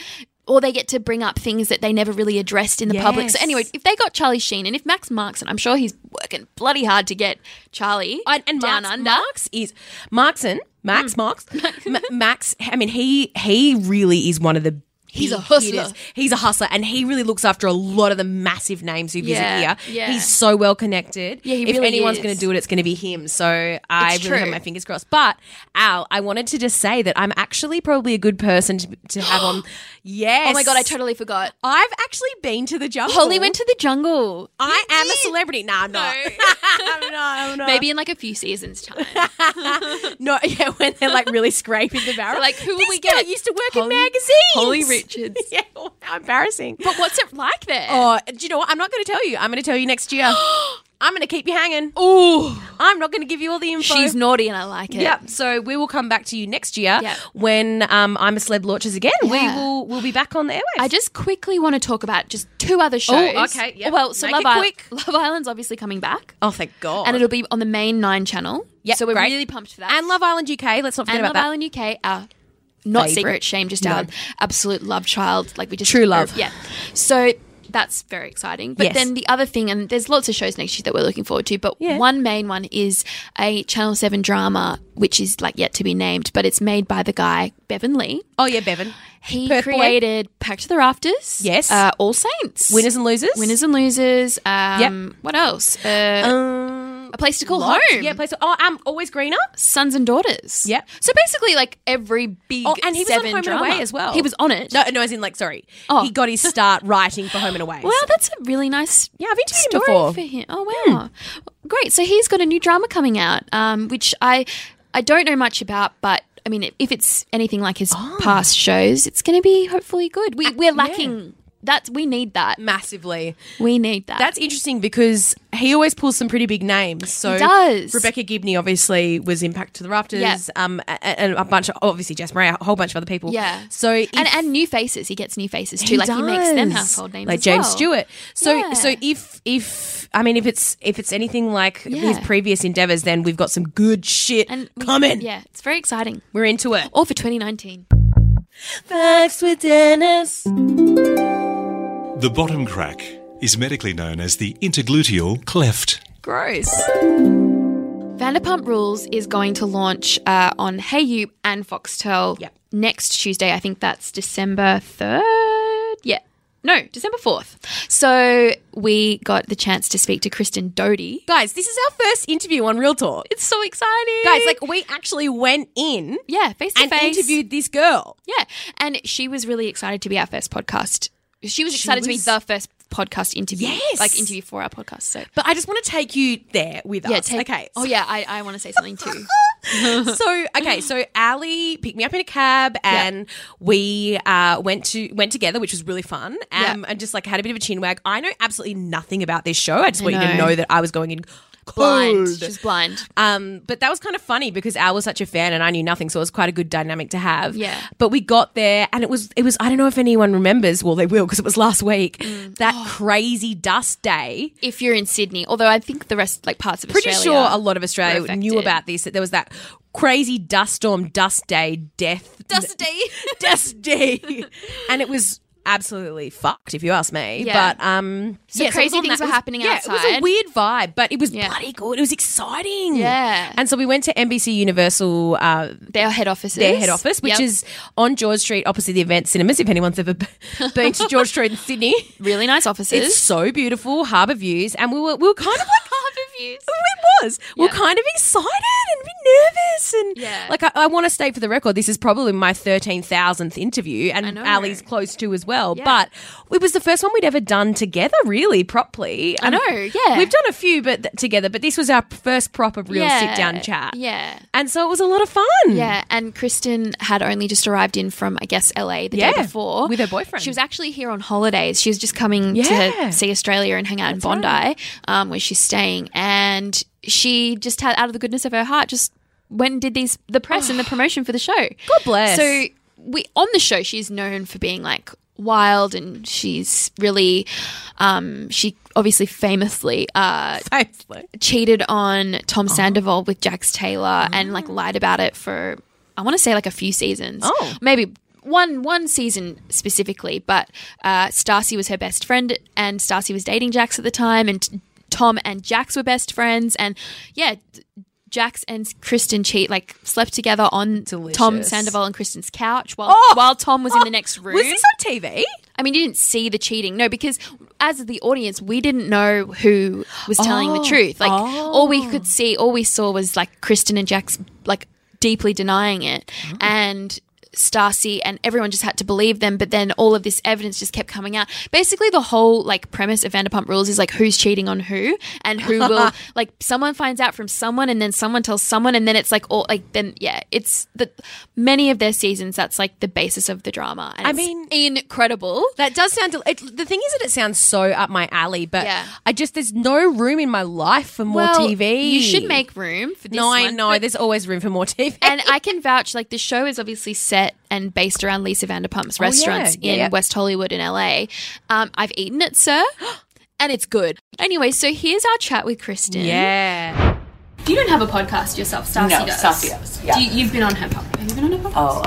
Speaker 1: or they get to bring up things that they never really addressed in the public. So
Speaker 2: Yes.
Speaker 1: anyway, if they got Charlie Sheen and if Max Marks, and I'm sure he's working bloody hard to get Charlie
Speaker 2: And, and
Speaker 1: down
Speaker 2: Marx,
Speaker 1: under. Oh Hmm.
Speaker 2: Marx is Marxon. Max Marx. M- Max. I mean, he he really is one of the.
Speaker 1: He's a
Speaker 2: big
Speaker 1: hustler.
Speaker 2: hitters. He's a hustler, and he really looks after a lot of the massive names who visit
Speaker 1: Yeah,
Speaker 2: here.
Speaker 1: yeah.
Speaker 2: He's so well connected.
Speaker 1: Yeah, he
Speaker 2: if
Speaker 1: really
Speaker 2: anyone's
Speaker 1: is.
Speaker 2: going to do it, it's going to be him. So I
Speaker 1: It's
Speaker 2: really have
Speaker 1: true.
Speaker 2: my fingers crossed. But Al, I wanted to just say that I'm actually probably a good person to, to have on. Yes.
Speaker 1: Oh my god, I totally forgot.
Speaker 2: I've actually been to the jungle.
Speaker 1: Holly went to the jungle.
Speaker 2: I am a celebrity. Nah, I'm not. I'm not. I'm not.
Speaker 1: Maybe in like a few seasons time.
Speaker 2: No, yeah, when they're like really scraping the barrel.
Speaker 1: They're like, who will
Speaker 2: this
Speaker 1: we
Speaker 2: guy
Speaker 1: get?
Speaker 2: used to work
Speaker 1: Holly-
Speaker 2: in magazines.
Speaker 1: Holly Richards.
Speaker 2: yeah, well, how embarrassing.
Speaker 1: But what's it like there?
Speaker 2: Oh, do you know what? I'm not going to tell you. I'm going to tell you next year. I'm going to keep you hanging.
Speaker 1: Ooh,
Speaker 2: I'm not going to give you all the info.
Speaker 1: Oh, she's naughty and I like it.
Speaker 2: Yep. So we will come back to you next year
Speaker 1: Yep.
Speaker 2: when um, I'm a celeb launches again.
Speaker 1: Yeah.
Speaker 2: We will we'll be back on the airwaves.
Speaker 1: I just quickly want to talk about just two other shows.
Speaker 2: okay, yep.
Speaker 1: Well, so
Speaker 2: Make
Speaker 1: Love,
Speaker 2: it
Speaker 1: Isl-
Speaker 2: quick.
Speaker 1: Love Island's obviously coming back,
Speaker 2: oh, thank God.
Speaker 1: and it'll be on the main Nine channel. Yeah,
Speaker 2: Yep,
Speaker 1: so we're
Speaker 2: great.
Speaker 1: really pumped for that.
Speaker 2: and Love Island UK. Let's not forget
Speaker 1: and
Speaker 2: about
Speaker 1: Love
Speaker 2: that.
Speaker 1: Island UK are not
Speaker 2: Favourite.
Speaker 1: secret shame, just
Speaker 2: No.
Speaker 1: our absolute love child. Like we just
Speaker 2: True love.
Speaker 1: Yeah. So that's very exciting. But
Speaker 2: Yes.
Speaker 1: then the other thing, and there's lots of shows next year that we're looking forward to, but
Speaker 2: Yeah.
Speaker 1: one main one is a Channel Seven drama, which is like yet to be named, but it's made by the guy Bevan Lee.
Speaker 2: Oh yeah, Bevan.
Speaker 1: He
Speaker 2: Perth boy.
Speaker 1: created Pack to the Rafters.
Speaker 2: Yes.
Speaker 1: Uh, All Saints.
Speaker 2: Winners and losers.
Speaker 1: Winners and losers. Um, What else? Uh,
Speaker 2: Um,
Speaker 1: a place to call
Speaker 2: Lodge?
Speaker 1: home.
Speaker 2: Yeah, place. Oh, um, always greener.
Speaker 1: Sons and daughters.
Speaker 2: Yep.
Speaker 1: So basically, like every big
Speaker 2: Oh, and he was on
Speaker 1: seven
Speaker 2: Home and
Speaker 1: drama.
Speaker 2: Away as well.
Speaker 1: He was on it.
Speaker 2: No, no, as in like, sorry,
Speaker 1: Oh.
Speaker 2: he got his start writing for Home and Away.
Speaker 1: Wow, that's a really nice
Speaker 2: yeah, I've interviewed him Hmm.
Speaker 1: story
Speaker 2: before.
Speaker 1: for him. Oh wow, great! So he's got a new drama coming out, um, which I I don't know much about, but I mean, if it's anything like his
Speaker 2: Ah.
Speaker 1: past shows, it's going to be hopefully good. We we're lacking that. We need that.
Speaker 2: Massively,
Speaker 1: We need that.
Speaker 2: Mm. that's interesting because he always pulls some pretty big names. So
Speaker 1: He does.
Speaker 2: Rebecca Gibney obviously was impact to the rafters.
Speaker 1: Yeah.
Speaker 2: Um, a- a- and a bunch of obviously Jess Murray, a whole bunch of other people.
Speaker 1: yeah.
Speaker 2: So if-
Speaker 1: and and new faces, he gets new faces too.
Speaker 2: He
Speaker 1: like he makes them
Speaker 2: does.
Speaker 1: household names,
Speaker 2: like
Speaker 1: as
Speaker 2: James
Speaker 1: well.
Speaker 2: Stewart. So
Speaker 1: Yeah.
Speaker 2: so if if I mean if it's if it's anything like his
Speaker 1: Yeah.
Speaker 2: previous endeavors, then we've got some good shit
Speaker 1: And we-
Speaker 2: coming.
Speaker 1: Yeah, it's very exciting.
Speaker 2: We're into it.
Speaker 1: All for 2019.
Speaker 2: Facts with Dennis.
Speaker 3: The bottom crack is medically known as the intergluteal cleft.
Speaker 2: Gross.
Speaker 1: Vanderpump Rules is going to launch uh, on Hey You and Foxtel
Speaker 2: Yep.
Speaker 1: next Tuesday. I think that's December 3rd. Yeah. No, December 4th. So we got the chance to speak to Kristen Doty.
Speaker 2: Guys, this is our first interview on Real Talk.
Speaker 1: It's so exciting.
Speaker 2: Guys, like we actually went in
Speaker 1: yeah, face to
Speaker 2: and
Speaker 1: face.
Speaker 2: interviewed this girl.
Speaker 1: Yeah. And she was really excited to be our first podcast. She was excited
Speaker 2: was-
Speaker 1: to be the first podcast interview.
Speaker 2: Yes.
Speaker 1: Like interview for our podcast. So.
Speaker 2: But I just want to take you there with
Speaker 1: Yeah,
Speaker 2: us.
Speaker 1: take,
Speaker 2: okay.
Speaker 1: Oh, yeah, I, I want to say something too.
Speaker 2: so okay, so Ali picked me up in a cab, and we uh, went to went together, which was really fun. Um,
Speaker 1: Yeah.
Speaker 2: and just like had a bit of a chin wag. I know absolutely nothing about this show. I just want you to
Speaker 1: know.
Speaker 2: know that I was going in
Speaker 1: blind.
Speaker 2: cold.
Speaker 1: She's blind.
Speaker 2: Um, but that was kind of funny because Al was such a fan and I knew nothing, so it was quite a good dynamic to have.
Speaker 1: Yeah.
Speaker 2: But we got there and it was it was I don't know if anyone remembers. Well, they will because it was last week. That crazy dust day.
Speaker 1: if you're in Sydney, although I think the rest, like parts of
Speaker 2: Pretty
Speaker 1: Australia,
Speaker 2: sure a lot of Australia
Speaker 1: were
Speaker 2: knew
Speaker 1: affected.
Speaker 2: about this. That there was that crazy dust storm, dust day, death,
Speaker 1: Dust day.
Speaker 2: dust day, and it was absolutely fucked if you ask me.
Speaker 1: Yeah.
Speaker 2: But um,
Speaker 1: So
Speaker 2: yeah,
Speaker 1: crazy
Speaker 2: it was on
Speaker 1: things were
Speaker 2: that- it was-
Speaker 1: happening
Speaker 2: yeah, It was a
Speaker 1: outside.
Speaker 2: weird vibe, but it was
Speaker 1: Yeah.
Speaker 2: bloody good. It was exciting.
Speaker 1: Yeah.
Speaker 2: And so we went to NBC Universal, uh,
Speaker 1: Their head offices.
Speaker 2: their head office, which
Speaker 1: Yep.
Speaker 2: is on George Street opposite the event cinemas. If anyone's ever b- been to George Street in Sydney,
Speaker 1: really nice offices.
Speaker 2: it's so beautiful, harbour views, and we were we were kind of like oh,
Speaker 1: views.
Speaker 2: it was. We're
Speaker 1: Yeah.
Speaker 2: kind of excited and a bit nervous, and
Speaker 1: Yeah.
Speaker 2: like I, I want to state for the record, this is probably my thirteen thousandth interview, and
Speaker 1: know.
Speaker 2: Ali's close to as well.
Speaker 1: Yeah.
Speaker 2: But it was the first one we'd ever done together, really properly. I
Speaker 1: know, yeah.
Speaker 2: we've done a few, but th- together, but this was our first proper real
Speaker 1: Yeah.
Speaker 2: sit down chat.
Speaker 1: Yeah.
Speaker 2: And so it was a lot of fun.
Speaker 1: Yeah, and Kristen had only just arrived in from, I guess, LA the
Speaker 2: Yeah,
Speaker 1: day before
Speaker 2: with her boyfriend.
Speaker 1: She was actually here on holidays. She was just coming
Speaker 2: Yeah.
Speaker 1: to see Australia and hang out in Bondi, um, where she's staying. And she just had, out of the goodness of her heart, just when did these the press and the promotion for the show. God
Speaker 2: Oh. bless.
Speaker 1: So we on the show she's known for being like wild and she's really um she obviously famously uh cheated on
Speaker 2: Oh.
Speaker 1: Tom Sandoval with Jax Taylor and like lied about it for I want to say like a few seasons.
Speaker 2: Mm. Oh.
Speaker 1: maybe one one season specifically. But uh, Stacy was her best friend, and Stacy was dating Jax at the time, and t- Tom and Jax were best friends, and yeah. Jax and Kristen cheat like slept together on Tom
Speaker 2: Delicious.
Speaker 1: Sandoval and Kristen's couch while
Speaker 2: Oh!
Speaker 1: while Tom was in the next room.
Speaker 2: Was this on TV?
Speaker 1: I mean, you didn't see the cheating. No, because as the audience, we didn't know who was telling
Speaker 2: Oh.
Speaker 1: the truth. Like, all we could see, all we saw was like Kristen and Jack's like deeply denying it.
Speaker 2: Oh.
Speaker 1: And Stacy and everyone just had to believe them. But then all of this evidence just kept coming out. Basically, the whole like premise of Vanderpump Rules is like who's cheating on who and who will, like, someone finds out from someone and then someone tells someone. And then it's like, all like, then, yeah, it's the many of their seasons, that's like the basis of the drama. And
Speaker 2: I
Speaker 1: it's
Speaker 2: mean-
Speaker 1: incredible.
Speaker 2: That does sound. Del- it, the thing is that it sounds so up my alley, but
Speaker 1: Yeah.
Speaker 2: I just there's no room in my life for more TV.
Speaker 1: You should make room for this.
Speaker 2: No, I
Speaker 1: one,
Speaker 2: know.
Speaker 1: but-
Speaker 2: There's always room for more TV.
Speaker 1: and I can vouch, like, the show is obviously set and based around Lisa
Speaker 4: Oh,
Speaker 1: Vanderpump's restaurants
Speaker 2: yeah,
Speaker 1: in
Speaker 2: yeah.
Speaker 1: West Hollywood in LA. Um, I've eaten it, sir, and it's good. Anyway, so here's our chat with Kristen.
Speaker 2: yeah.
Speaker 1: You don't have a podcast yourself, Stacy
Speaker 5: No,
Speaker 1: does.
Speaker 5: Stassi does, yeah.
Speaker 1: You, you've been on her podcast. Have you been on her podcast?
Speaker 5: a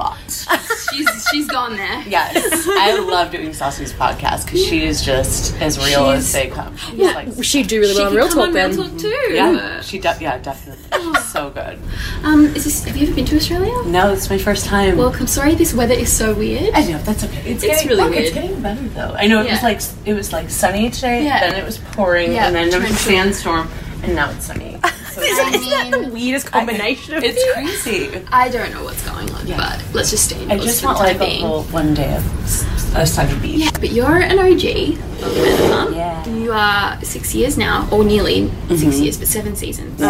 Speaker 5: lot.
Speaker 1: She's, she's gone there.
Speaker 5: Yes, I love doing Sassy's podcast because she is just as real as they come. Yeah,
Speaker 4: She'd do really well on Real Talk then.
Speaker 1: too.
Speaker 5: yeah, she de- yeah, definitely. She's so good.
Speaker 4: Um, is this, have you ever been to Australia?
Speaker 5: No, it's my first time.
Speaker 4: Welcome. Sorry, this weather is so weird.
Speaker 5: I know that's okay. It's, getting,
Speaker 4: really
Speaker 5: look,
Speaker 4: weird.
Speaker 5: It's getting better though. I know it was
Speaker 4: Yeah.
Speaker 5: like it was like sunny today,
Speaker 4: Yeah.
Speaker 5: then it was pouring,
Speaker 4: Yeah,
Speaker 5: and then there was a
Speaker 4: torrential.
Speaker 5: sandstorm, and now it's sunny. So
Speaker 4: Isn't that the
Speaker 2: Weirdest combination of
Speaker 5: it's crazy.
Speaker 4: I don't know what's going on, but let's just stay
Speaker 5: I
Speaker 4: indoors
Speaker 5: just
Speaker 4: for the
Speaker 5: want like
Speaker 4: time
Speaker 5: a
Speaker 4: being.
Speaker 5: whole one day of s- a sunny beach.
Speaker 4: But you're an OG of Vanderpump.
Speaker 5: Yeah. Mm-hmm.
Speaker 4: You are six years now, or nearly six years, but seven seasons.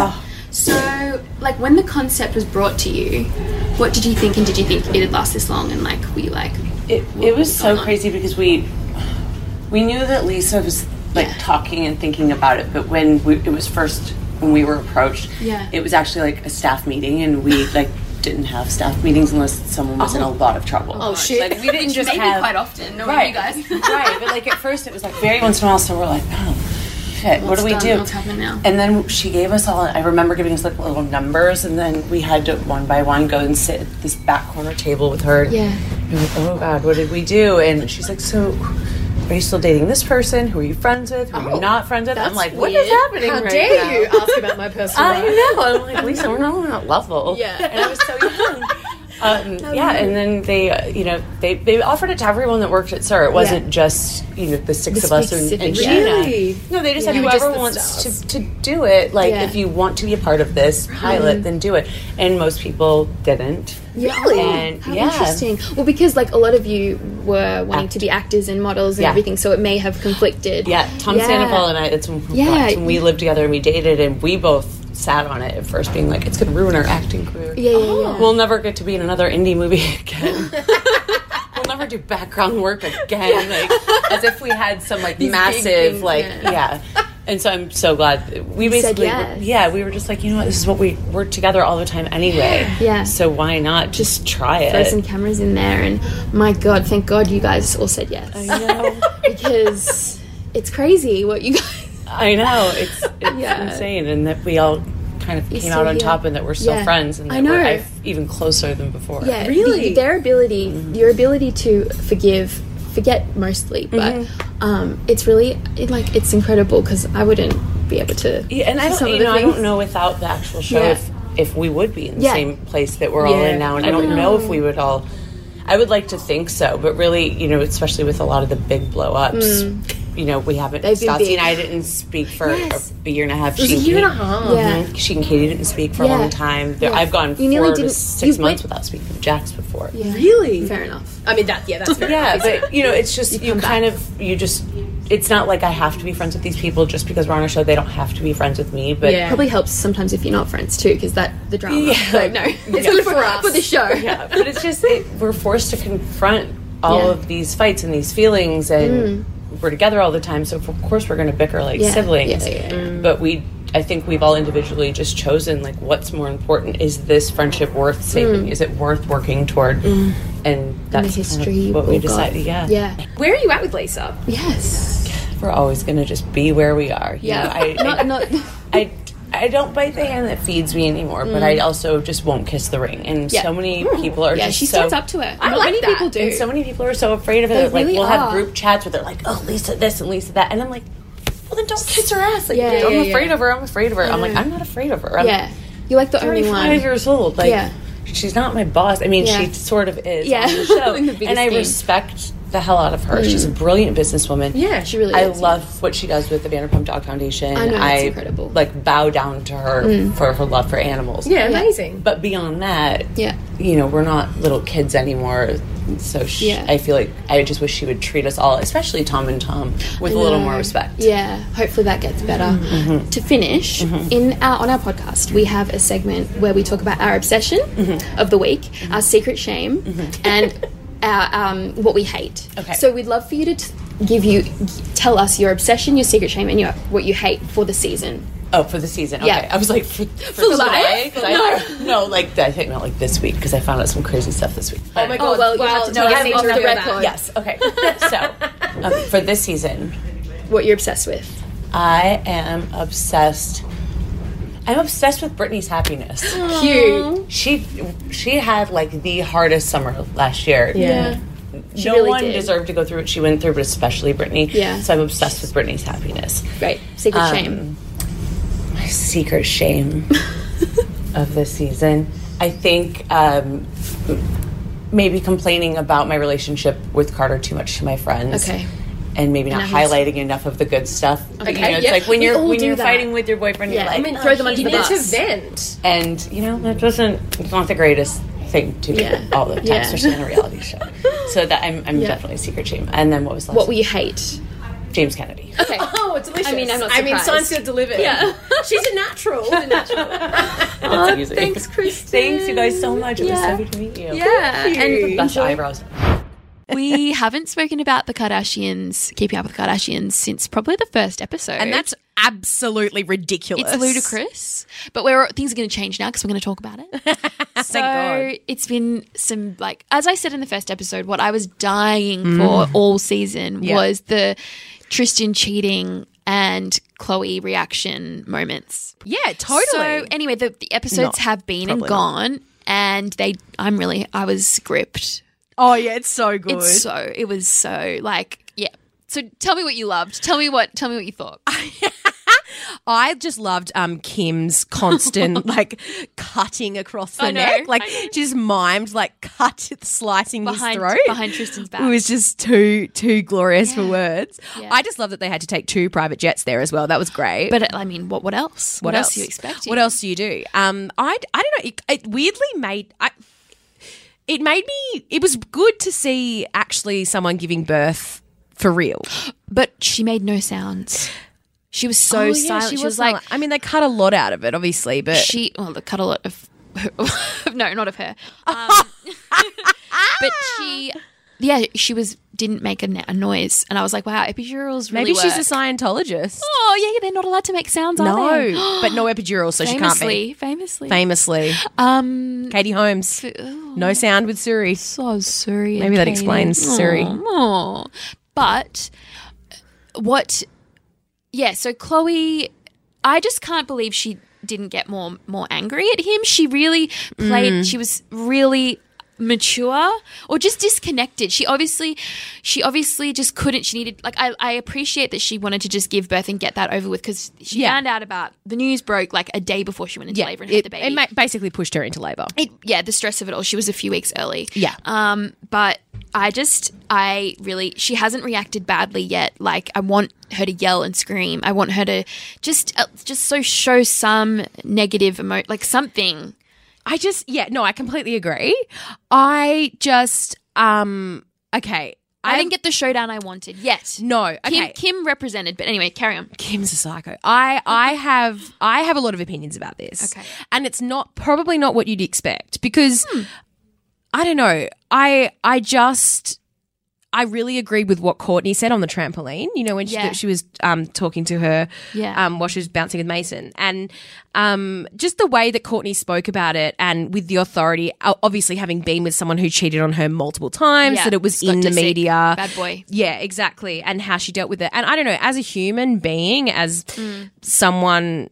Speaker 4: So, like, when the concept was brought to you, what did you think, and did you think it'd last this long? And like, were you like,
Speaker 5: it, it was so crazy because we we knew that Lisa was like
Speaker 4: Yeah.
Speaker 5: talking and thinking about it, but when we, it was first when we were approached,
Speaker 4: Yeah.
Speaker 5: it was actually like a staff meeting, and we like didn't have staff meetings unless someone was
Speaker 4: Uh-huh.
Speaker 5: in a lot of trouble. Oh
Speaker 4: shit.
Speaker 5: Like we didn't just
Speaker 4: maybe
Speaker 5: have
Speaker 4: quite often, knowing you guys?
Speaker 5: right, but like at first it was like very once in a while, so we're like, oh shit, what
Speaker 4: What's
Speaker 5: do we
Speaker 4: done?
Speaker 5: do?
Speaker 4: What's happened now?
Speaker 5: And then she gave us all. I remember giving us like little numbers, and then we had to one by one go and sit at this back corner table with her.
Speaker 4: Yeah.
Speaker 5: And we're like, oh god, what did we do? And she's like, so. Are you still dating this person? Who are you friends with? Who
Speaker 4: Oh,
Speaker 5: are you not friends with? I'm like, what is happening
Speaker 6: How
Speaker 5: right
Speaker 6: dare
Speaker 5: now?
Speaker 6: you ask about my personal
Speaker 5: I
Speaker 6: life?
Speaker 5: know. I'm like, Lisa, we're not on that level.
Speaker 6: Yeah.
Speaker 5: And I was so young. Um, yeah, and then they, uh, you know, they, they offered it to everyone that worked at Sir. It wasn't just you know the six of us and, and
Speaker 6: specific-
Speaker 5: Shanna.
Speaker 6: Really?
Speaker 5: No, they just said
Speaker 6: You were just
Speaker 5: whoever
Speaker 6: the
Speaker 5: wants
Speaker 6: stars.
Speaker 5: to, to do it. Like, if you want to be a part of this pilot, then do it. And most people didn't.
Speaker 6: Really?
Speaker 5: And
Speaker 6: How
Speaker 5: yeah,
Speaker 6: interesting. Well, because like a lot of you were wanting to be actors and models and
Speaker 5: Yeah.
Speaker 6: everything, so it may have conflicted.
Speaker 5: yeah, Tom
Speaker 6: Yeah.
Speaker 5: Sandoval and I. That's when,
Speaker 6: Yeah.
Speaker 5: that's when we lived together and we dated, and we both sat on it at first, being like, it's going to ruin our acting career. Oh.
Speaker 6: Yeah, yeah, yeah.
Speaker 5: We'll never get to be in another indie movie again. we'll never do background work again. Like as if we had some like massive
Speaker 6: things,
Speaker 5: like yeah. And so I'm so glad that we basically
Speaker 6: yes.
Speaker 5: yeah we were just like you know what this is what we we're together all the time anyway
Speaker 6: Yeah.
Speaker 5: so why not just try
Speaker 6: Throw
Speaker 5: it
Speaker 6: some cameras in there, and my God, thank God you guys all said yes.
Speaker 5: I know
Speaker 6: because it's crazy what you guys.
Speaker 5: I know it's it's
Speaker 6: Yeah.
Speaker 5: insane and that we all kind of came out
Speaker 6: still
Speaker 5: on
Speaker 6: here.
Speaker 5: top and that we're still
Speaker 6: Yeah.
Speaker 5: friends and that
Speaker 6: I
Speaker 5: we're
Speaker 6: know.
Speaker 5: I've, even closer than before
Speaker 6: Yeah, really. their ability,
Speaker 5: Mm-hmm.
Speaker 6: your ability to forgive, forget mostly, but
Speaker 5: Mm-hmm.
Speaker 6: um, it's really it, like it's incredible because I wouldn't be able to.
Speaker 5: Yeah, and I don't,
Speaker 6: some of
Speaker 5: you
Speaker 6: the
Speaker 5: know, I
Speaker 6: things.
Speaker 5: don't know without the actual show
Speaker 6: Yeah.
Speaker 5: if, if we would be in the
Speaker 6: Yeah.
Speaker 5: same place that we're all
Speaker 6: Yeah.
Speaker 5: in now, and I don't know if we would all. I would like to think so, but really, you know, especially with a lot of the big blow ups, you know, we haven't.
Speaker 6: They've been
Speaker 5: Stassi
Speaker 6: Mm. big.
Speaker 5: and I didn't speak for a-
Speaker 6: Yes.
Speaker 5: a, year and a half.
Speaker 4: It was a year and a half.
Speaker 6: Yeah.
Speaker 5: Mhm. She and Katie didn't speak for a
Speaker 6: Yeah.
Speaker 5: long time. There,
Speaker 6: Yeah.
Speaker 5: I've gone
Speaker 6: You nearly
Speaker 5: four to
Speaker 6: didn't-
Speaker 5: six
Speaker 6: you
Speaker 5: months
Speaker 6: went-
Speaker 5: without speaking to Jax before. Yeah,
Speaker 6: Really? Fair enough.
Speaker 4: I mean, that yeah, that's fair.
Speaker 5: but you know, it's just you, kind of you just. It's not like I have to be friends with these people just because we're on a show. They don't have to be friends with me, but
Speaker 4: Yeah.
Speaker 6: Probably helps sometimes if you're not friends too, because that the drama. So no, it's good for us for the show.
Speaker 5: yeah, but it's just it, we're forced to confront all
Speaker 6: Yeah. Mm.
Speaker 5: of these fights and these feelings, and we're together all the time. So of course we're going to bicker like
Speaker 6: Yeah,
Speaker 5: siblings.
Speaker 6: yeah, yeah,
Speaker 5: But we I think we've all individually just chosen like what's more important. Is this friendship worth saving?
Speaker 6: Mm.
Speaker 5: Is it worth working toward? And that's kind
Speaker 6: history
Speaker 5: of what
Speaker 6: we've
Speaker 5: we
Speaker 6: got.
Speaker 5: decided. Yeah.
Speaker 6: Yeah.
Speaker 4: Where are you at with Lisa?
Speaker 6: Yes.
Speaker 5: we're always going to just be where we are. You
Speaker 6: Yeah.
Speaker 5: know, I, I,
Speaker 6: Not, not,
Speaker 5: I, I don't bite the hand that feeds me anymore, but I also just won't kiss the ring. And so many people are
Speaker 6: Mm. yeah,
Speaker 5: just
Speaker 6: she
Speaker 5: so,
Speaker 6: stands up to it.
Speaker 4: I
Speaker 6: Not
Speaker 4: like
Speaker 6: many
Speaker 4: that.
Speaker 6: people do.
Speaker 5: And so many people are so afraid of it. like
Speaker 6: really
Speaker 5: we'll
Speaker 6: are.
Speaker 5: have group chats where they're like, "Oh, Lisa this and Lisa that," and I'm like, "Well, then don't kiss her ass." Like,
Speaker 6: Yeah,
Speaker 5: I'm
Speaker 6: yeah,
Speaker 5: afraid
Speaker 6: yeah.
Speaker 5: of her. I'm afraid of her. I'm like, I'm not afraid of her. I'm
Speaker 6: yeah. You're like the only
Speaker 5: 35
Speaker 6: one.
Speaker 5: years old. Like,
Speaker 6: Yeah.
Speaker 5: she's not my boss. I mean,
Speaker 6: Yeah.
Speaker 5: she sort of is.
Speaker 6: Yeah.
Speaker 5: on the show.
Speaker 6: In the biggest
Speaker 5: and I
Speaker 6: game.
Speaker 5: respect the hell out of her. She's a brilliant businesswoman.
Speaker 6: Yeah, she really
Speaker 5: I
Speaker 6: is, yeah.
Speaker 5: love what she does with the Vanderpump Dog Foundation.
Speaker 6: I know, it's incredible. Mm.
Speaker 5: Like bow down to her for her love for animals.
Speaker 7: Yeah, amazing.
Speaker 5: But beyond that,
Speaker 6: Yeah.
Speaker 5: you know, we're not little kids anymore. So she,
Speaker 6: Yeah.
Speaker 5: I feel like I just wish she would treat us all, especially Tom and Tom, with a little more respect.
Speaker 6: Yeah, hopefully that gets better.
Speaker 5: Mm-hmm.
Speaker 6: To finish, in our on our podcast, we have a segment where we talk about our obsession
Speaker 5: Mm-hmm.
Speaker 6: of the week, our secret shame, and our um, what we hate.
Speaker 5: Okay.
Speaker 6: So we'd love for you to t- give you tell us your obsession, your secret shame, and your what you hate for the season.
Speaker 5: Oh, for the season. Okay.
Speaker 6: Yeah.
Speaker 5: I was like, for, for,
Speaker 6: life?
Speaker 5: today? 'Cause I, no, like I think not like this week because I found out some crazy stuff this week. But-
Speaker 6: Oh well, you have to tell us off the record
Speaker 5: Yes. Okay. so um, for this season,
Speaker 6: what you're obsessed with.
Speaker 5: I am obsessed. I'm obsessed with Britney's happiness.
Speaker 6: Cute.
Speaker 5: She she had like the hardest summer last year.
Speaker 7: Yeah.
Speaker 5: no
Speaker 6: really
Speaker 5: one
Speaker 6: did.
Speaker 5: deserved to go through what she went through, but especially Britney.
Speaker 6: Yeah.
Speaker 5: So I'm obsessed with Britney's happiness.
Speaker 6: Great secret
Speaker 5: Um,
Speaker 6: shame.
Speaker 5: My secret shame of this season. I think um, maybe complaining about my relationship with Carter too much to my friends.
Speaker 6: Okay.
Speaker 5: And maybe not
Speaker 6: Now he's-
Speaker 5: highlighting enough of the good stuff. Okay. You know, it's
Speaker 6: yeah.
Speaker 5: like when
Speaker 6: We
Speaker 5: you're
Speaker 6: all
Speaker 5: when
Speaker 6: do
Speaker 5: you're
Speaker 6: that.
Speaker 5: fighting with your boyfriend,
Speaker 6: Yeah.
Speaker 5: you're like,
Speaker 6: I mean, throw them
Speaker 5: "Oh,
Speaker 6: under
Speaker 5: he
Speaker 6: the
Speaker 5: did
Speaker 7: It's
Speaker 6: bus.
Speaker 5: too
Speaker 7: a vent.
Speaker 5: and you know that doesn't it's not the greatest thing to do
Speaker 6: Yeah.
Speaker 5: all the time
Speaker 6: Yeah.
Speaker 5: especially on a reality show so that i'm, I'm definitely secret shame and then what was the last
Speaker 6: What will you hate?
Speaker 5: one? james kennedy
Speaker 6: Okay.
Speaker 7: Oh, it's delicious.
Speaker 6: I mean, I'm not
Speaker 7: I mean,
Speaker 6: surprised.
Speaker 7: Seinfeld delivered. Yeah. She's a natural. The natural.
Speaker 5: That's easy. thanks
Speaker 6: Oh, Kristen.
Speaker 5: thanks you guys so much it was so good to meet you
Speaker 1: Yeah, and
Speaker 5: best eyebrows
Speaker 1: we haven't spoken about the Kardashians, keeping up with the Kardashians, since probably the first episode,
Speaker 2: And that's absolutely ridiculous.
Speaker 1: it's ludicrous. But we're things are going to change now because we're going to talk about it. so
Speaker 2: God.
Speaker 1: it's been some like as I said in the first episode, what I was dying for all season was the Tristan cheating and Chloe reaction moments.
Speaker 2: Yeah, totally.
Speaker 1: So anyway, the, the episodes have been and gone, and they. I'm really. I was gripped.
Speaker 2: oh yeah, it's so good.
Speaker 1: It's so. It was so like yeah. So tell me what you loved. Tell me what. Tell me what you thought.
Speaker 2: I just loved um, Kim's constant like cutting across the
Speaker 1: I know,
Speaker 2: neck, like
Speaker 1: I know.
Speaker 2: just mimed like cut slicing his
Speaker 1: Behind-
Speaker 2: throat
Speaker 1: behind Tristan's back.
Speaker 2: It was just too too glorious for words.
Speaker 1: Yeah.
Speaker 2: I just love that they had to take two private jets there as well. That was great.
Speaker 1: But I mean, what? What else? What, else? do you expect?
Speaker 2: What else do you do? Um, I I don't know. It, it weirdly made I. It made me. It was good to see actually someone giving birth for real.
Speaker 1: Oh, But she made no sounds. She was so
Speaker 2: Oh, yeah,
Speaker 1: silent. She was, like,
Speaker 2: silent. I mean, they cut a lot out of it, obviously, but
Speaker 1: she. Well, they cut a lot of. no, not of her. Um, but she, yeah, she was didn't make a, na- a noise, and I was like, wow, epidurals really
Speaker 2: maybe she's
Speaker 1: work.
Speaker 2: a Scientologist.
Speaker 1: Oh yeah, yeah, they're not allowed to make sounds, are they?
Speaker 2: No, but no epidural, so she can't be.
Speaker 1: famously, famously,
Speaker 2: Famously,
Speaker 1: Um, oh.
Speaker 2: Katie Holmes, no sound with Suri.
Speaker 1: so sorry.
Speaker 2: Maybe that explains Suri.
Speaker 1: Oh, but what? Yeah. So Chloe, I just can't believe she didn't get more more angry at him. She really played.
Speaker 2: Mm.
Speaker 1: She was really mature or just disconnected. She obviously, she obviously just couldn't. She needed like I, I appreciate that she wanted to just give birth and get that over with because she
Speaker 2: Yeah.
Speaker 1: found out about the news broke like a day before she went into labor and had
Speaker 2: it,
Speaker 1: the baby.
Speaker 2: it ma- basically pushed her into labour.
Speaker 1: It- yeah, the stress of it all. She was a few weeks early.
Speaker 2: Yeah.
Speaker 1: Um, but I just, I really, she hasn't reacted badly yet. Like, I want her to yell and scream. I want her to just, uh, just so show some negative emo, like something.
Speaker 2: I just yeah, no, I completely agree. I just um okay.
Speaker 1: I, didn't get the showdown I wanted yet.
Speaker 2: no. Okay.
Speaker 1: Kim, Kim represented, but anyway, carry on.
Speaker 2: Kim's a psycho. I I have I have a lot of opinions about this.
Speaker 1: Okay. Hmm.
Speaker 2: And it's not probably not what you'd expect because I don't know. I I just I really agreed with what Courtney said on the trampoline. You know when she,
Speaker 1: Yeah.
Speaker 2: she was um, talking to her,
Speaker 1: Yeah.
Speaker 2: um, while she was bouncing with Mason, and um, just the way that Courtney spoke about it, and with the authority, o- obviously having been with someone who cheated on her multiple times,
Speaker 1: Yeah.
Speaker 2: that it was
Speaker 1: Scott
Speaker 2: in the
Speaker 1: Disick,
Speaker 2: media,
Speaker 1: bad boy.
Speaker 2: yeah, exactly. And how she dealt with it. And I don't know, as a human being, as someone,